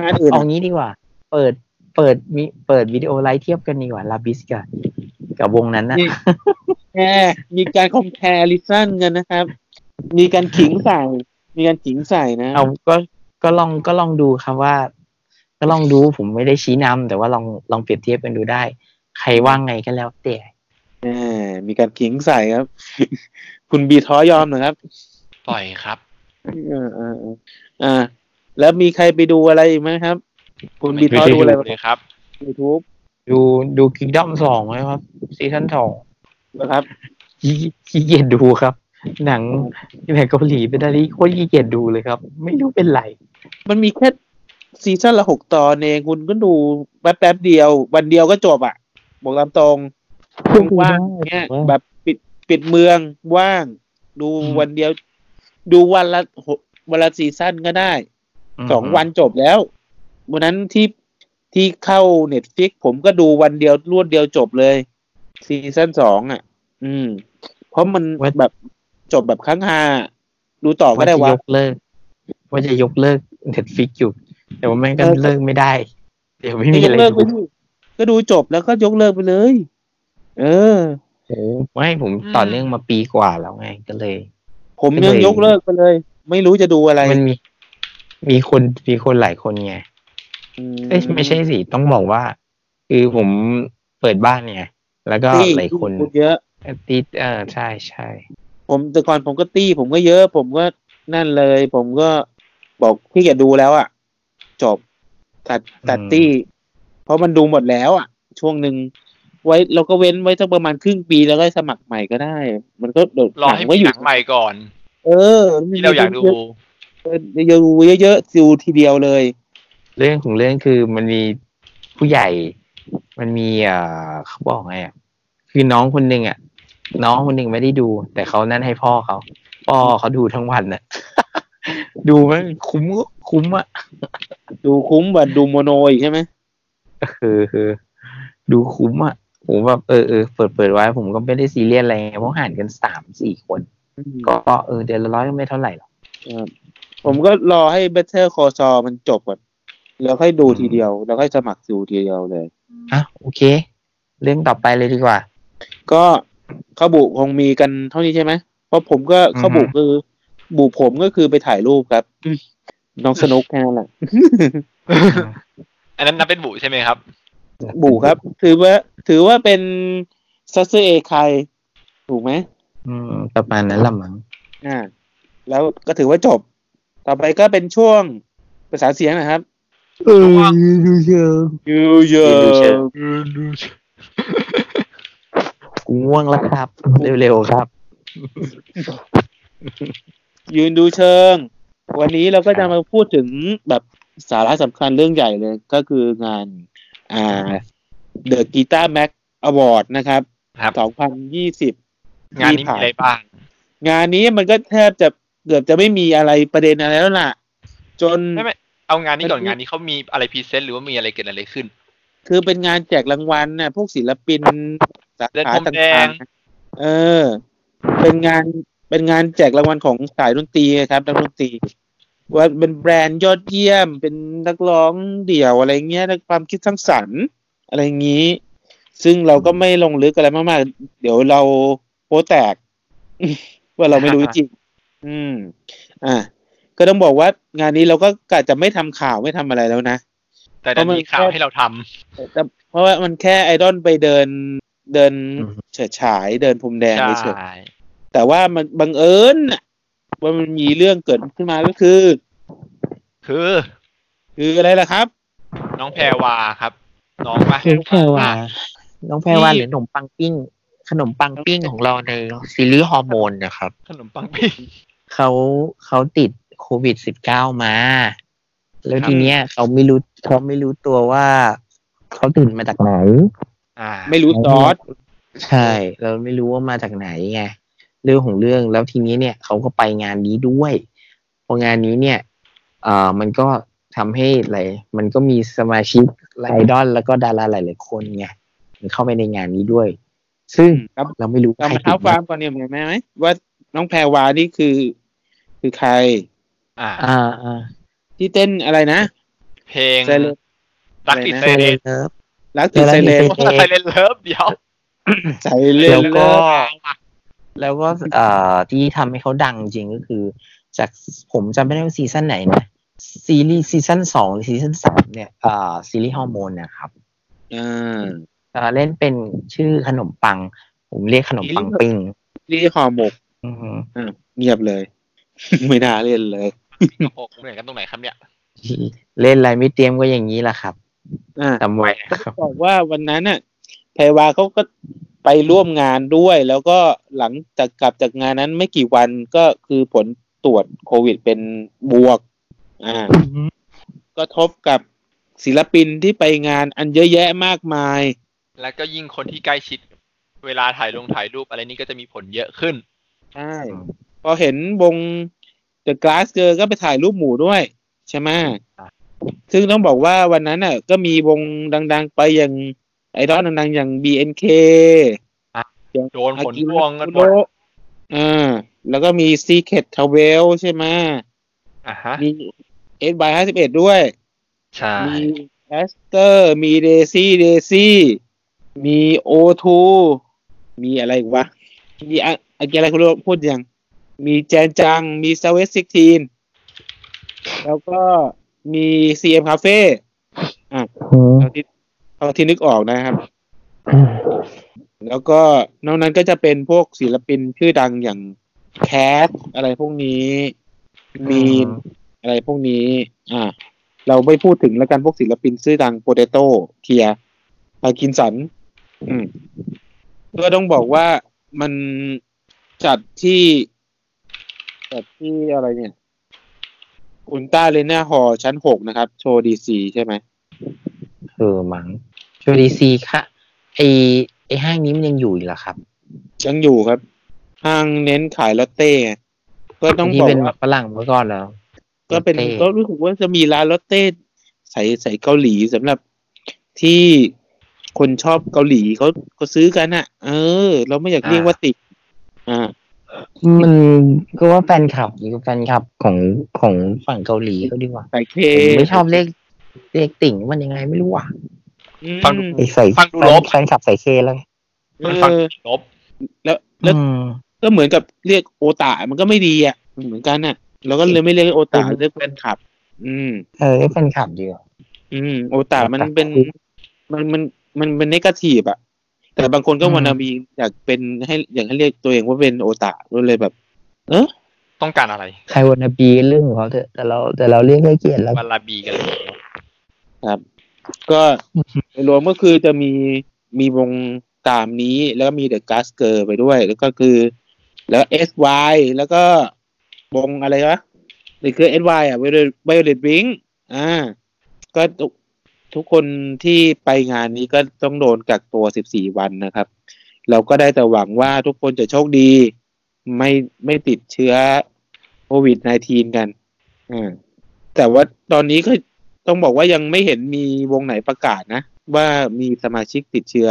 งานอื่น เอา อะ งี้ดีกว่า เปิด เปิดมิเปิดวิดีโอไลฟ์เทียบกันดีกว่าลาบิสกับกับวงนั้นนะ แหมมีการคอมแพริซันกันนะครับ มีการขิงใส่ มีการขิงใส่นะ เอาก็ ก็ลอง ก็ลองดูครับว่า ก็ลองดู ผมไม่ได้ชี้นำแต่ว่าลอง ลองเปรียบเทียบกันดูได้ ใครว่างไงก็แล้วแต่ แหมมีการขิงใส่ครับ คุณบีท้อยอมหนะครับ ปล่อยครับ เออเออเอออ่า แล้วมีใครไปดูอะไรอีกไหมครับ คุณบีท้อ ไม่ได้ดู ดูอะไร เลยครับ ยูทูบ ดูดูคิงด o อมสองไหมครับซีซั่นสอง นะครับ ขี้ขี้เกียจดูครับ หนังหนังเกาหลีเป็นอะไรที่โคตรขี้เกียจดูเลยครับ ไม่รู้เป็นไร มันมีแค่ซีซั่นละหกตอนเองคุณก็ดูแป๊บแป๊บๆเดียว วันเดียวก็จบอ่ะ บอกตามตรงว่างๆเนี่ยแบบปิดปิดเมืองว่าง ดูวันเดียว ดูวันละหกวันละซีซั่นก็ได้ ม สองวันจบแล้ว วันนั้นที่ที่เข้าเน็ตฟิกผมก็ดูวันเดียวรวดเดียวจบเลย ซีซั่นสองอ่ะ อืม เพราะมันแบบจบแบบครั้งฮาดูต่อก็ ว่า ได้ จะ วะ ยกเลิก ว่าจะยกเลิกเน็ตฟิกอยู่ แต่ว่าแม่งก็ เออ เลิกไม่ได้ เดี๋ยวไม่มี ก็ยกอะไร เลิกไป ดู ดิก็ดูจบแล้วก็ยกเลิกไปเลย เออ โอ้ไม่ผมต่อเนื่องมาปีกว่าแล้วไงก็เลย ผม ก็ ยัง เลย ยกเลิกไปเลย ไม่รู้จะดูอะไร มันมีมีคนมีคนหลายคนไง เอ้ยไม่ใช่สิ ต้องบอกว่า คือผมเปิดบ้านเนี่ย แล้วก็ ตี้ หลายคน พูดเยอะ ติดเออใช่ใช่ ผมแต่ก่อนผมก็ตี้ ผมก็เยอะ ผมก็นั่นเลย ผมก็บอกพี่แกดูแล้วอะ่ะ จบตัดตัดตี้ เพราะมันดูหมดแล้วอะ่ะ ช่วงหนึ่งไว้เราก็เว้นไว้สักประมาณครึ่งปีแล้วก็สมัครใหม่ก็ได้ มันก็โดด รอให้ ก็ มีหนังใหม่ก่อน เออ ที่เราอยากดู เออเยอะๆเยอะๆดูทีเดียวเลย เรื่องของเรื่องคือมันมีผู้ใหญ่ มันมีเอ่อเขาบอกไงอ่ะคือน้องคนหนึ่งอ่ะ น้องคนหนึ่งไม่ได้ดู แต่เขานั่นให้พ่อเขาพ่อเขาดูทั้งวันน่ะ ดูไหมงคุ้มก็คุ้มอ่ะ ดูคุ้มกว่าดูโมโนอีกใช่ไหม คือคือดูคุ้มอ่ะผมแบบเออเออเปิดเปิดไว้ ผมก็ไม่ได้ซีเรียสอะไรไงเพราะห่านกันสามสี่คน ก็เออเดือนละร้อยก็ไม่เท่าไหร่หรอก ครับผมก็รอให้ Better Call Saul มันจบก่อนแล้วค่อยดู อืม ทีเดียว แล้วค่อยสมัครดูทีเดียวเลย อ่ะโอเค เรื่องต่อไปเลยดีกว่า ก็เขาบุคงมีกันเท่านี้ใช่ไหมเพราะผมก็ อือฮึ เขาบุคือ บุผมก็คือไปถ่ายรูปครับอืมน้องสนุกแค่นั้นแหละ อันนั้นนับเป็นบุใช่ไหมครับ บุครับ ถือว่า ถือว่าเป็นซัสเซเอคายถูกไหม อืมประมาณนั้นละมั้ง อ่า แล้วก็ถือว่าจบ ต่อไปก็เป็นช่วงภาษาเสียงนะครับ เออดูเชิง ยูเยอ ดูเชิง ะ กูง่วงแล้ว ครับ เร็วๆครับ ยืนดูเชิง วันนี้เราก็ ครั จะ บ มาพูดถึงแบบสาระสำคัญเรื่องใหญ่เลย ก็คืองานอ่า The Guitar Mac Award นะครับ ครับ 2020 งานนี้มีอะไรบ้าง งานนี้มันก็แทบจะเกือบจะไม่มีอะไรประเด็นอะไรแล้วล่ะ จน ไม่ไม่เอางานนี้ก่อน มัน งานนี้เขามีอะไรพรีเซนต์หรือว่ามีอะไรเกิดอะไรขึ้น คือเป็นงานแจกรางวัลน่ะ พวกศิลปินสา เดิน ขา พรม ต่ แด าง งๆ เออ เป็นงานเป็นงานแจกรางวัลของสายดนตรีครับนักดนตรี ว่าเป็นแบรนด์ยอดเยี่ยม เป็นนักร้องเดี่ยวอะไรเงี้ยความคิดสร้างสรรค์ อะไรอย่างนี้ ซึ่งเราก็ไม่ลงลึกอะไรมากๆ เดี๋ยวเราโพแตก ว่าเราไม่รู้จริง อืม อ่ะก็ต้องบอกว่างานนี้เราก็กะจะไม่ทำข่าวไม่ทำอะไรแล้วนะ แต่ดัน เพราะมัน มีข่าว แค่ ให้เราทำ แต่เพราะว่ามันแค่ไอดอลไปเดินเดินเฉิดฉายเดินพรมแดง ใช่ เฉยๆแต่ว่ามันบังเอิญน่ะว่ามันมีเรื่องเกิดขึ้นมาก็คือ คือ คืออะไรล่ะครับ น้องแพรวาครับ น้องปะ น้องแพรวา อ่ะ น้องแพรวา นี่ หรือขนมปังปิ้ง ขนมปังปิ้งของเราในซีรีส์ฮอร์โมนนะครับ ขนมปังปิ้ง เขาเขาติดโควิดสิบเก้ามา แล้ว ครับ ทีเนี้ยเขาไม่รู้เขาไม่รู้ตัวว่า เขาติดมาจากไหน อ่า ไม่รู้ซอส ใช่ เราไม่รู้ว่ามาจากไหนไงเรื่องของเรื่องแล้วทีนี้เนี่ยเขาก็ไปงานนี้ด้วยพองานนี้เนี่ยเอ่อมันก็ทำให้อะไรมันก็มีสมาชิกไอดอลแล้วก็ดาราหลาย ๆ คนไงมันเข้าไปในงานนี้ด้วย ซึ่ง ครับ เราไม่รู้ เรา ใคร มา ติ เท้า ด ค นะ วามก่อนเนี่ยแม่ไหมว่าน้องแพรวานี่คือ คือใคร อ่า อ่าอ่า ที่เต้นอะไรนะ เพลง ไซเรน รักติด อะไรนะ ไซเรน เลิฟ รักติดไซเลน ไซเรน ไซเรนเลิฟเดี๋ยว ไซเลน แล้วก็ เอาอ่ะ แล้วก็เอ่อที่ทำให้เขาดังจริงก็คือ จากผมจำไม่ได้ว่าซีซั่นไหนนะซีรีส์ซีซั่นสองหรือซีซั่นสามเนี่ยเอ่อซีรีส์ฮอร์โมนนะครับ อ่า เอ่อเล่นเป็นชื่อขนมปัง ผมเรียกขนมปังปิ้ง ที่ห่อหมก อือฮึ เงียบเลย ไม่น่าเล่นเลย กระโปรงเหมือนกันตรงไหนครับเนี่ย เล่นอะไรไม่เตรียมก็อย่างนี้แหละครับ อ่า จำไว้นะครับ บอกว่าวันนั้นน่ะไพรวาเขาก็ไปร่วมงานด้วย แล้วก็หลังจากกลับจากงานนั้นไม่กี่วันก็คือผลตรวจโควิดเป็นบวก อ่า ก็ทบกับศิลปินที่ไปงานอันเยอะแยะมากมาย แล้วก็ยิ่งคนที่ใกล้ชิด เวลาถ่ายลงถ่ายรูปอะไรนี่ก็จะมีผลเยอะขึ้น ใช่ พอเห็นวง The Glass Girl ก็ไปถ่ายรูปหมู่ด้วย ใช่ไหม ครับ ซึ่งต้องบอกว่าวันนั้นน่ะ ก็มีวงดัง ๆ ไปอย่างไอดอลดัง ๆ อย่าง BNK โดนผลพวงกันหมด อ่าแล้วก็มี Secret t r a v e l ใช่ไหม อ่ะฮะ มี S by 51 ด้วย ใช่ มี Aster มี Daisy Daisy มี O2 มีอะไรอีกวะ มีอะอะไรคุณรู้พูดยัง มีแจนจัง มี s ซเวสซิกทีน แล้วก็มี CM Cafe อืม เท่าที่เท่าที่นึกออกนะครับ แล้วก็นอกนั้นก็จะเป็นพวกศิลปินชื่อดังอย่างแคสอะไรพวกนี้ มีน อะไรพวกนี้ อ่า เราไม่พูดถึงแล้วกันพวกศิลปินชื่อดังโปเตโต้เทียมากินสัน อืมก็ต้องบอกว่ามันจัดที่ จัดที่อะไรเนี่ยอุลตราเลน่าฮอชั้นหกนะครับ โชว์ดีซีใช่ไหม เออมั้งชูดีซีค่ะไอไอห้างนี้มันยังอยู่อีกเหรอครับ ยังอยู่ครับ ห้างเน้นขายลอตเต้ไงก็ต้อง ที่ บอก เป็นแบ ว่า บฝรั่งเมื่อก่อนแล้ว ก็เป็น ลอตเต้ ก็รู้สึกว่าจะมีร้านลอตเต้ใส่ใส่เกาหลีสำหรับที่คนชอบเกาหลีเขาเขาซื้อกันอะเออ เราไม่อยากเรียกว่าติดอ่า มันก็ว่าแฟนคลับนี่ก็แฟนคลับของของฝั่งเกาหลีเขาดีกว่า ใส่เค ผมไม่ชอบเลขเลขติ่งมันยังไงไม่รู้อ่ะ อืม ไอใส่ ฟังดูลบ แฟนคลับใส่เคแล้ว เอ มันฟัง อ ดูลบ แล้วแล้ว อืม ก็เหมือนกับเรียกโอตามันก็ไม่ดีอ่ะเหมือนกันน่ะเราก็เลยไม่เรียกโอตาเรียกแฟนคลับ อืม เออเรียกแฟนคลับดีกว่า อืมโอตามัน โอตะ เป็นมันมันมันเป็นเนกาทีฟอะแต่บางคนก็ อืม วานาบีอยากเป็นให้อยากให้เรียกตัวเองว่าเป็นโอตาก็เลยแบบ เออ ต้องการอะไร ใครวันนาบีเรื่องของเขาเถอะแต่เราแต่เราเรียกให้เกียรติแล้ว มาลาบีกันเลย ก็ในรวมก็คือจะมีมีวงตามนี้ แล้วก็มีเดอะก s สเกอร์ไปด้วย แล้วก็คือ แล้วเอสวแล้วก็วงอะไรวะหรือคือเอสวอ่ะไบโอเลตวิงอ่า ก็ทุกทุกคนที่ไปงานนี้ก็ต้องโดนกักตัว 14 วันนะครับ เราก็ได้แต่หวังว่าทุกคนจะโชคดี ไม่ไม่ติดเชื้อโควิด -19 กันอ่าแต่ว่าตอนนี้ก็ต้องบอกว่ายังไม่เห็นมีวงไหนประกาศนะ ว่ามีสมาชิกติดเชื้อ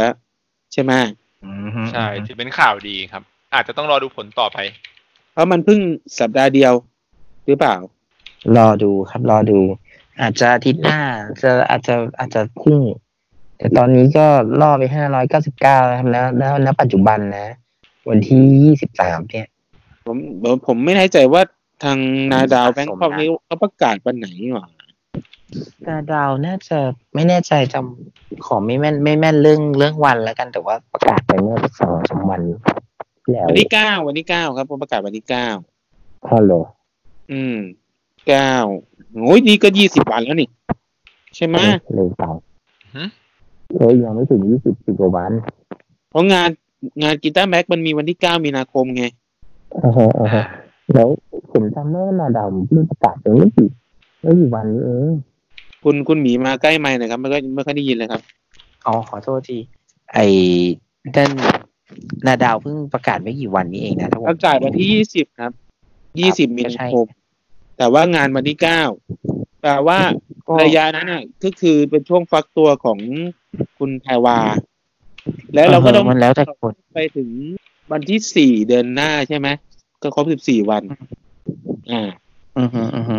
ใช่ไหม ใช่ถือเป็นข่าวดีครับ อาจจะต้องรอดูผลต่อไป เพราะมันเพิ่งสัปดาห์เดียว หรือเปล่า รอดูครับรอดู อาจจะอาทิตย์หน้าจะอาจจะอาจจะพุ่ง แต่ตอนนี้ก็ล่อไปห้าร้อยเก้าสิบเก้าแล้วครับแล้วแล้วณปัจจุบันนะ วันที่ยี่สิบสามเนี่ย ผมผมผมไม่แน่ใจว่าทางนาดาว สะสม แบงคอก นะ นี้เขาประกาศวันไหนหว่า ดาดาวน่าจะไม่แน่ใจจำขอไม่แม่นไม่แม่นเรื่องเรื่องวันแล้วกันแต่ว่าประกาศไปเมื่อสองสามวันที่แล้ว วันที่เก้าวันที่เก้าครับผมประกาศวันที่เก้า ฮัลโหล อืมเก้าโอ้ยนี่ก็ยี่สิบวันแล้วนี่ ใช่ไหม เลยเปล่า หือ เอ้ยยังไม่ถึงยี่สิบสิบกว่าวัน เพราะงานงานกีตาร์แม็กมันมีวันที่เก้ามีนาคมไง อ่าฮะอ่าฮะ แล้วผมจำได้ว่านาดาวเพิ่งประกาศไปไม่กี่ไม่กี่วันนี้เอง คุณคุณหมีมาใกล้ไมค์หน่อยครับไม่ก็ไม่ค่อยได้ยินเลยครับ อ๋อขอโทษที ไอ้ด้านนาดาวเพิ่งประกาศไม่กี่วันนี้เองนะถ้าผม ประกาศวันที่ยี่สิบครับยี่สิบมี ก็ นา ใช่ คม แต่ว่างานวันที่เก้าแปลว่า ก็ ระยะนั้นอ่ะ ก็คือเป็นช่วงฟักตัวของคุณแพรวา แล้วเราก็ต้อง มันแล้วแต่คน ไปถึงวันที่สี่เดือนหน้าใช่ไหมก็ครบสิบสี่วัน อ่า อือฮึอือฮึ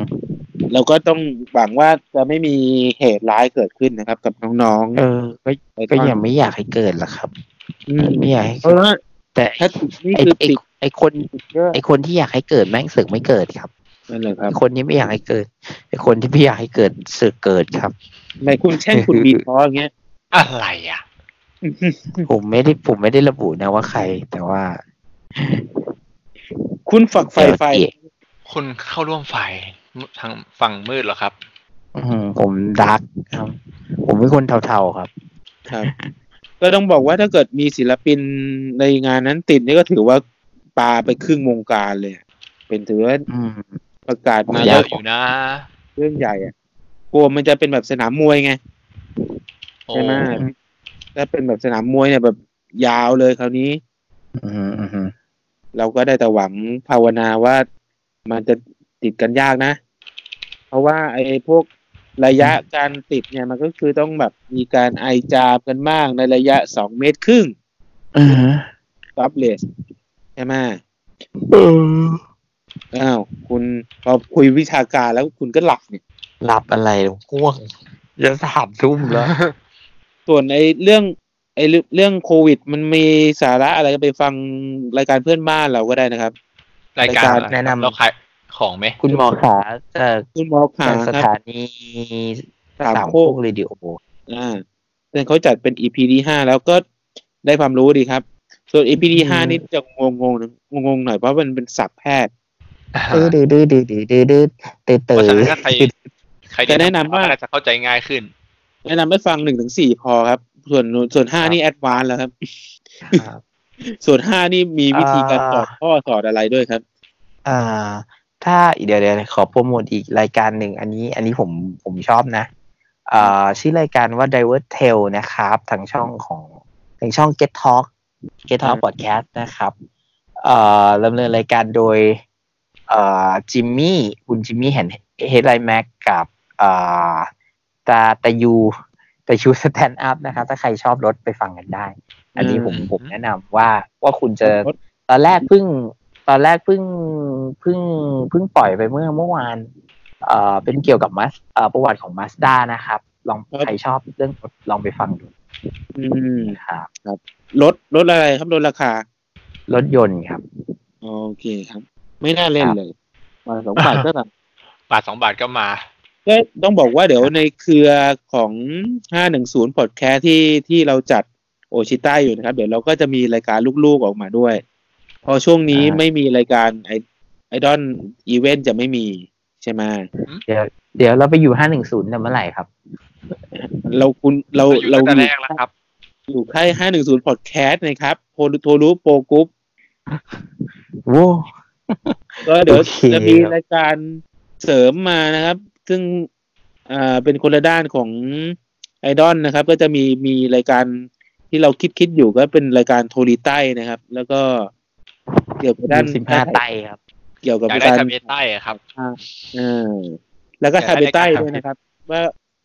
เราก็ต้องหวังว่าจะไม่มีเหตุร้ายเกิดขึ้นนะครับ กับน้อง เออก็ ๆในต ก็ อน ยังไม่อยากให้เกิดหรอกครับ อืม ไม่อยากให้ เพ เกิ ราะ ด ว่า แต่ ถ้าติดนี่ ไอ้ คือ ไอ้ ติด ไอ้คน เยอะ ไอ้คนที่อยากให้เกิดแม่งสึกไม่เกิดครับ นั่นแหละครั ไอ้ บ คนที่ไม่อยากให้เกิดไอ้คนที่ไม่อยากให้เกิดสึกเกิดครับ ในคุณเช่นคุณบีท้ออย่างเงี้ย อะไรอ่ะ ผมไม่ได้ผมไม่ได้ระบุนะว่าใคร แต่ว่า คุณฝักไฟไฟ เดี๋ยวเจ๊ คุณเข้าร่วมฝ่ายทางฝั่งมืดเหรอครับ อืมผมดาร์กครับ ผมเป็นคนเทาๆครับ ครับ ก็ต้องบอกว่าถ้าเกิดมีศิลปินในงานนั้นติดนี่ก็ถือว่าปาไปครึ่งวงการเลยอะเป็นถือว่า อืม ประกาศมา อ เย ยาก อะอยู่นะ เรื่องใหญ่อะกลัวมันจะเป็นแบบสนามมวยไง โอ้ ใช่ไหมถ้าเป็นแบบสนามมวยเนี่ยแบบยาวเลยคราวนี้ อืมอืมอืม เราก็ได้แต่หวังภาวนาว่ามันจะติดกันยากนะ เพราะว่าไอ้พวกระยะการติดเนี่ยมันก็คือต้องแบบมีการไอจามกันบ้างในระยะสองเมตรครึ่ง อืม ซับเลสใช่ไหม เออ อ้าวคุณพอคุยวิชาการแล้วคุณก็หลับเนี่ย หลับอะไรง่วงจะสามทุ่มแล้ว ส่วนไอ้เรื่องไอ้เรื่องเรื่องโควิด มันมีสาระอะไรก็ไปฟังรายการเพื่อนบ้านเราก็ได้นะครับ รายการ รายการ เหรอ แนะนำ เราขายของไหม คุณหมอขาจาก คุณหมอขา จากส ครับ ถานี สาม สาม โค โค ก กเรดิโอ อ่าซึ่งเขาจัดเป็น EP ที่ห้าแล้วก็ได้ความรู้ดีครับ ส่วน EP ที่ห้านี่จะงงงงงๆหน่อยเพราะมันเป็นศัพท์แพทย์ ดื้อดื้อดื้อดื้อดื้อดื้อดื้อตื่น เพ ตื่ ราะฉะนั้นนถ้าใครใครเรีย แนะนำว่า ก็จะเข้าใจง่ายขึ้น แนะนำให้ฟังหนึ่งถึงสี่พอครับ ส่วนส่วนห้านี่แอดวานแล้วครับ ครับ ส่วนห้านี่มีวิธีการสอ่าอดข้อสอดอะไรด้วยครับ อ่า ถ้าเดี๋ยวเดี๋ยวขอโปรโมทอีกรายการหนึ่งอันนี้ อันนี้ผมผมชอบนะอ่าชื่อรายการว่า Diver Tale นะครับทางช่องของทางช่อง Get Talk Get Talk อืม Podcast นะครับอ่าดำเนินรายการโดยอ่าจิมมี่คุณจิมมี่เห็นเฮดไลน์แม็กกับอ่าตาตายูตายูสแตนด์อัพนะครับ ถ้าใครชอบรถไปฟังกันได้ อันนี้ผม อืม ผมแนะนำว่าว่าคุณจะ รถ ตอนแรกเพิ่ง ตอนแรกเพิ่งเพิ่งเพิ่งปล่อยไปเมื่อเมื่อวาน เอ่อเป็นเกี่ยวกับมาสเอ่อประวัติของมาสด้านะครับ ลอง ครับ ใครชอบเรื่องรถลองไปฟังดู อืม นะครับ ลดลดอะไรครับลดราคา รถยนต์ครับ โอเคครับ ไม่น่าเล่นเลยวันละสอง บาทก็แบบ บาทสองบาทก็มา ก็ต้องบอกว่าเดี๋ยวในเครือของห้าหนึ่งศูนย์พอดแคสที่ที่เราจัดโอชิต้าอยู่นะครับ เดี๋ยวเราก็จะมีรายการลูกๆออกมาด้วย เพอช่วงนี้ อ่า ไม่มีรายการไอไอดอลอีเวนต์จะไม่มีใช่ไหม เดี๋ยวเดี๋ยวเราไปอยู่ห้าหนึ่งศูนย์เมื่อไหร่ครับ เราคุณเรา เรา เรา อยู่อตั้งแต่ ยู่ แรกแล้วครับ อยู่ค่ายห้าหนึ่งศูนย์พอดแคสต์นะครับโทรโทรรู้โปรกรุ๊ป โว้ ก็เดี๋ยว โอเค จะมี ครับ รายการเสริมมานะครับ ซึ่งอ่าเป็นคนละด้านของไอดอลนะครับ ก็จะมีมีรายการที่เราคิดคิดอยู่ก็เป็นรายการโทรีใต้นะครับ แล้วก็เกี่ยวกับด้าน สิบห้าไตครับ เกี่ยวกับ อยากได้ การ ทะเบียนใต้อะครับ เออแล้วก็ แต่ ทาเบ ถ้าได้ ใต้ การ ด้วย ทำ นะครับ ว่า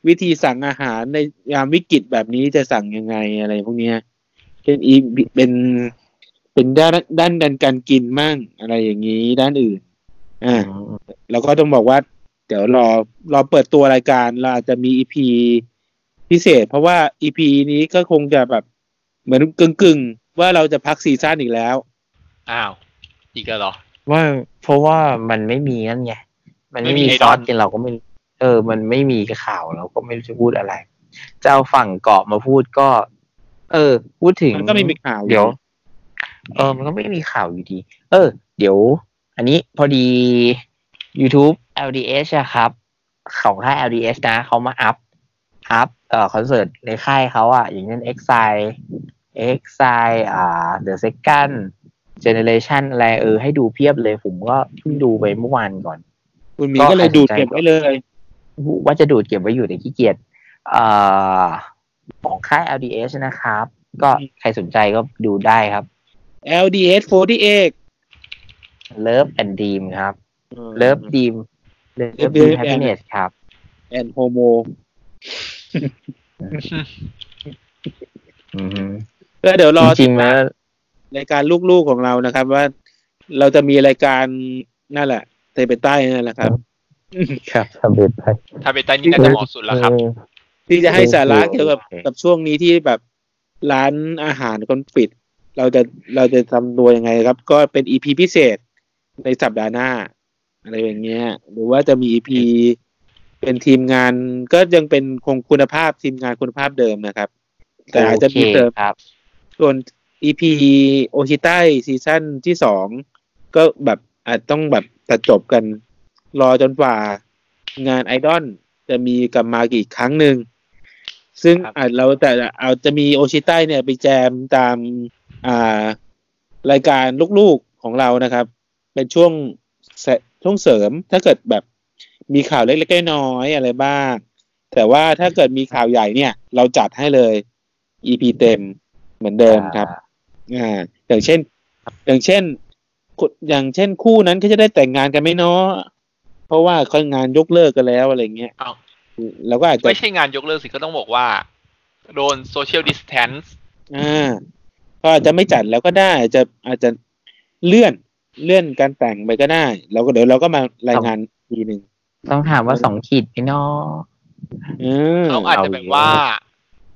วิธีสั่งอาหารในยามวิกฤตแบบนี้จะสั่งยังไงอะไรพวกเนี้ยเป็นอีเป็นเป็นด้านด้านด้านการกินมั่งอะไรอย่างนี้ด้านอื่น อ่า แล้วก็ต้องบอกว่า เดี๋ยวรอรอเปิดตัวรายการเราอาจจะมีอีพีพิเศษ เพราะว่าอีพีนี้ก็คงจะแบบ เหมือนกึ่งกึ่งๆ ว่าเราจะพักซีซั่นอีกแล้ว อ้าว อีกแล้วเห รอ ว่าเพราะว่ามันไม่มีนั่นไง มันไม่ ไม่มี มี ไอ ซ ด อ อล สกินเราก็ไม่รู้เออ มันไม่มีข่าวเราก็ไม่รู้จะพูดอะไร จะเอาฝั่งเกาะมาพูดก็ เออ พูดถึง มันก็ไม่มีข่าว เดี๋ยว เออ มันก็ไม่มีข่าวอยู่ดี เออ เดี๋ยว อันนี้พอดี YouTube LDH อะครับ ของค่าย LDH นะเขามาอัพ อัพเอ่อคอนเสิร์ตในค่ายเขาอ่ะ อย่างเช่น EXILE EXILE อ่า The Second Generation อะไรเออ ให้ดูเพียบเลย ผมก็เพิ่งดูไปเมื่อวานก่อน คุณหมี ก็ ก็เลยดูด ใครสนเก็บใจไว้เลย ว่าจะดูดเก็บไว้อยู่ในขี้เกียจเอ่อของค่าย LDH นะครับ ก็ใครสนใจก็ดูได้ครับ LDH 48 Love and Dream ครับ Love Dream Love Dream Happiness ครับ แอนโฮโม อือฮึ ก็เดี๋ยวรอ จริงๆแล้ว รายการลูกๆของเรานะครับ ว่าเราจะมีรายการนั่นแหละเทไปใต้นั่นแหละครับ ครับสำเร็จไป ทะเบียนใต้นี่น่าจะเหมาะสุดแล้วครับ ที่จะให้สาระ โอเค เกี่ยวกับ โอเค กับช่วงนี้ที่แบบร้านอาหารคนปิด เราจะเราจะทำตัวยังไงครับ ก็เป็นอีพีพิเศษในสัปดาห์หน้า อะไรอย่างเงี้ย หรือว่าจะมีอีพีเป็นทีมงานก็ยังเป็นคงคุณภาพทีมงานคุณภาพเดิมนะครับ แต่อาจจะมีเสริม โอคครับ ส่วน EP โอชิใต้ซีซั่นที่สองก็แบบอาจต้องแบบตัดจบกัน รอจนกว่างานไอดอล จะมีกลับมาอีกครั้งหนึ่ง ซึ่ง ครับ อาจเราแต่เอาจะมีโอชิไต้เนี่ยไปแจมตามอ่ารายการลูกๆของเรานะครับ เป็นช่วงเสช่วงเสริมถ้าเกิดแบบมีข่าวเล็กๆน้อยๆอะไรบ้าง แต่ว่าถ้าเกิดมีข่าวใหญ่เนี่ย เราจัดให้เลย EP เต็มเหมือนเดิมครับ อ่าอย่างเช่น อย่างเช่นคนอย่างเช่นคู่นั้นก็จะได้แต่งงานกันไหมเนาะเพราะว่าเขางานยกเลิกกันแล้วอะไรเงี้ย อ้าว เราก็อาจจะ ไม่ใช่งานยกเลิกสิก็ต้องบอกว่า โดนโซเชียลดิสแทนซ์ อ่าก็อาจจะไม่จัดแล้วก็ได้อาจจะอาจจะเลื่อนเลื่อนการแต่งไปก็ได้เราก็เดี๋ยวเราก็มารายงานทีหนึ่ง ต้องถามว่าสองขีดไหมเนาะ เออ เขาอาจจะแบบ เอาอีกแล้ว ว่า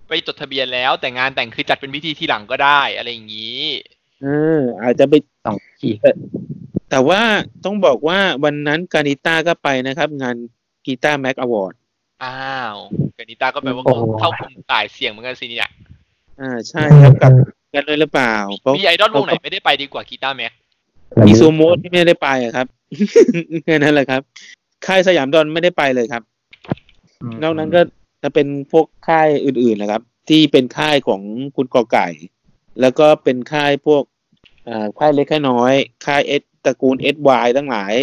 ไปจดทะเบียนแล้ว แต่งานแต่งคือจัดเป็นพิธีที่หลังก็ได้อะไรอย่างนี้ เออ อาจจะไป สองขีด แต่ว่าต้องบอกว่าวันนั้นกานิต้าก็ไปนะครับ งานกีตาร์แม็กอวอร์ด อ้าวกานิตาก็แปลว่า โอ้โห เข้ากลุ่มต่ายเสี่ยงเหมือนกันสิเนี่ย อ่าใช่ครับกลับกันด้วยหรือเปล่าเพราะ มีไอดอลวงไหนไม่ได้ไปดีกว่ากีตาร์แม็ก อีซูโมที่ไม่ได้ไปอะครับ แค่นั้นแหละครับ ค่ายสยามดอนไม่ได้ไปเลยครับ ม นอกนั้นก็จะเป็นพวกค่ายอื่นๆนะครับ ที่เป็นค่ายของคุณกอไก่ แล้วก็เป็นค่ายพวกอ่าค่ายเล็กค่ายน้อย ค่ายเอสตระกูลเอสวายทั้งหลาย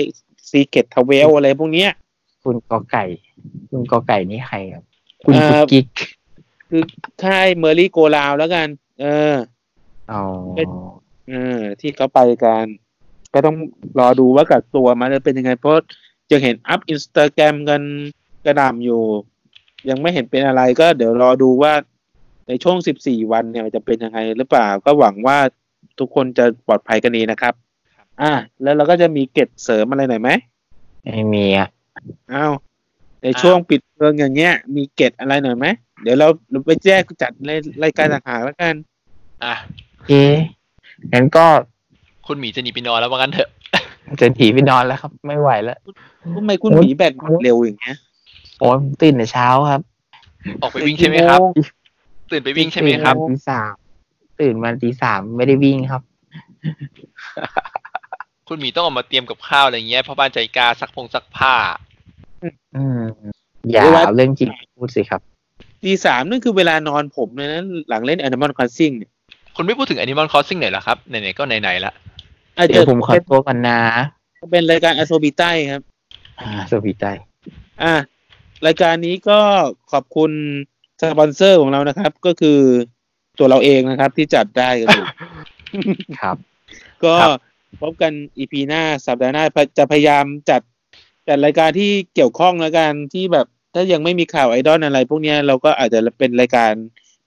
ซีเกตทเวลอะไรพวกเนี้ย คุณกอไก่ คุณกอไก่นี่ใครครับ คุณ เอ่อ กุ๊กกิ๊ก คือค่ายเมอรี่โกลาวแล้วกัน เออ อ๋อ เป็น เออที่เขาไปกันก็ต้องรอดูว่ากับตัวมันจะเป็นยังไง เพราะยังเห็นอัพอินสตาแกรมกันกระหน่ำอยู่ ยังไม่เห็นเป็นอะไรก็เดี๋ยวรอดูว่าในช่วง 14 วันเนี่ยมันจะเป็นยังไงหรือเปล่า ก็หวังว่าทุกคนจะปลอดภัยกันดีนะครับ อ่ะแล้วเราก็จะมีเกร็ดเสริมอะไรหน่อยไหม ไม่มีอ่ะ อ้าวในช่วงปิดเมืองอย่างเงี้ย มีเกร็ดอะไรหน่อยไหมเดี๋ยวเราเราไปแยกจัดในรายการต่างหากแล้วกัน อ่ะ เอ๊ะงั้นก็ คุณหมีจะหนีไปนอนแล้วว่างั้นเถอะ จะถีไปนอนแล้วครับ ไม่ไหวแล้ว ทำไมคุณหมีแบตหมดเร็วอย่างเงี้ย โอ้ยผมตื่นแต่เช้าครับ ออกไปวิ่งใช่ไหมครับ ตื่นไปวิ่งใช่ไหมครับ ตื่นมาตีสามตื่นมาตีสามไม่ได้วิ่งครับ คุณหมีต้องออกมาเตรียมกับข้าวอะไรเงี้ยเพราะบ้านใจกล้าซักพงซักผ้า อืม อย่าเอาเรื่องจริงมาพูดสิครับ ตีสามนั่นคือเวลานอนผมเลยนะหลังเล่น Animal Crossing เนี่ย คุณไม่พูดถึง Animal Crossing หน่อยเหรอครับ ไหนๆก็ไหนๆละ อาจ เดี๋ จะ ยวผมขอตัวก่อนนะ เป็นรายการอโซบิใต้ครับ อ่าสวีไต อ่ะรายการนี้ก็ขอบคุณสปอนเซอร์ของเรานะครับ ก็คือตัวเราเองนะครับที่จัดได้กันอยู่ ครับ ก็ ครับ พบกันอีพีหน้าสัปดาห์หน้าจะพยายามจัดจัดรายการที่เกี่ยวข้องแล้วกันที่แบบถ้ายังไม่มีข่าวไอดอลอะไร พวกเนี้ยเราก็อาจจะเป็นรายการ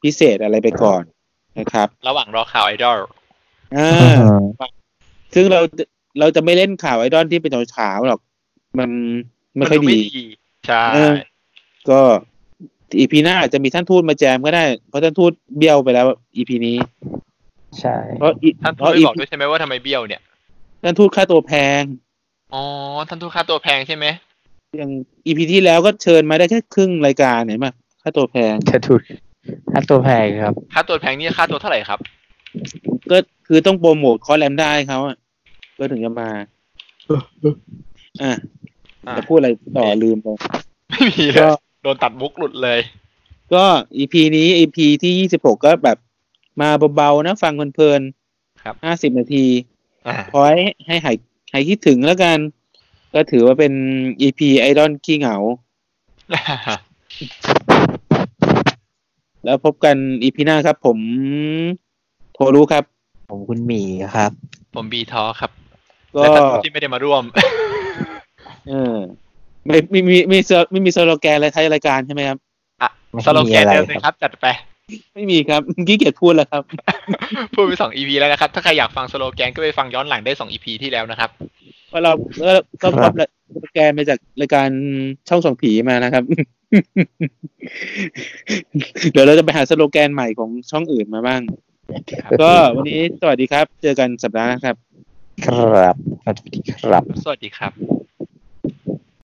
พิเศษอะไรไปก่อนนะครับ ระหว่างรอข่าวไอดอล อ่า ซึ่งเราเราจะไม่เล่นข่าวไอดอลที่เป็นเช้าๆหรอก มันไม่ค่อยดี ใช่ เออ ก็อีพีหน้าอาจจะมีท่านทูตมาแจมก็ได้ เพราะท่านทูตเบี้ยวไปแล้วอีพีนี้ ใช่ เพราะอี ท่าน เพ ทูราะอีตไม่บอกด้วยใช่ไหมว่าทำไมเบี้ยวเนี่ย ท่านทูตค่าตัวแพง อ๋อ ท่านทูตค่าตัวแพงใช่ไหม อย่างอีพีที่แล้วก็เชิญมาได้แค่ครึ่งรายการเห็นไหมค่าตัวแพง จะถูกถ้าตัวแพงครับ ค่าตัวแพงนี่ค่าตัวเท่าไหร่ครับ ก็คือต้องโปรโมทคอร์สแลมได้เขาอะก็ถึงจะมา อ่ะ อ่ะ จะพูดอะไรต่อลืมไป ไม่มีเลย โดนตัดมุกหลุดเลย ก็อีพีนี้อีพีที่ยี่สิบหกก็แบบมาเบาๆนะ ฟังเพลินๆ ครับ ห้าสิบนาที อ่า ขอให้ให้หายหายคิดถึงแล้วกัน ก็ถือว่าเป็นอีพีไอดอลขี้เหงา แล้วพบกันอีพีหน้าครับ ผมโทรู้ครับ ผมคุณหมีครับ ผมบีทอครับ ก็ และท่านทูตที่ไม่ได้มาร่วม เออไม่ไม่มีไม่มีสโลไม่มีสโลแกนอะไรท้ายรายการใช่ไหมครับ สโลแกนเดิมเลยครับ จัดไป ไม่มีครับ ขี้เกียจพูดแล้วครับ พูดไปสองอีพีแล้วนะครับ ถ้าใครอยากฟังสโลแกนก็ไปฟังย้อนหลังได้สองอีพีที่แล้วนะครับ เพราะเราเราก็ ครั รับบ สโลแกนมาจากรายการช่องส่องผีมานะครับ เดี๋ยวเราจะไปหาสโลแกนใหม่ของช่องอื่นมาบ้าง ก็วันนี้สวัสดีครับ เจอกันสัปดาห์หน้าครับ ครับสวัสดีครับ สวัสดีครับ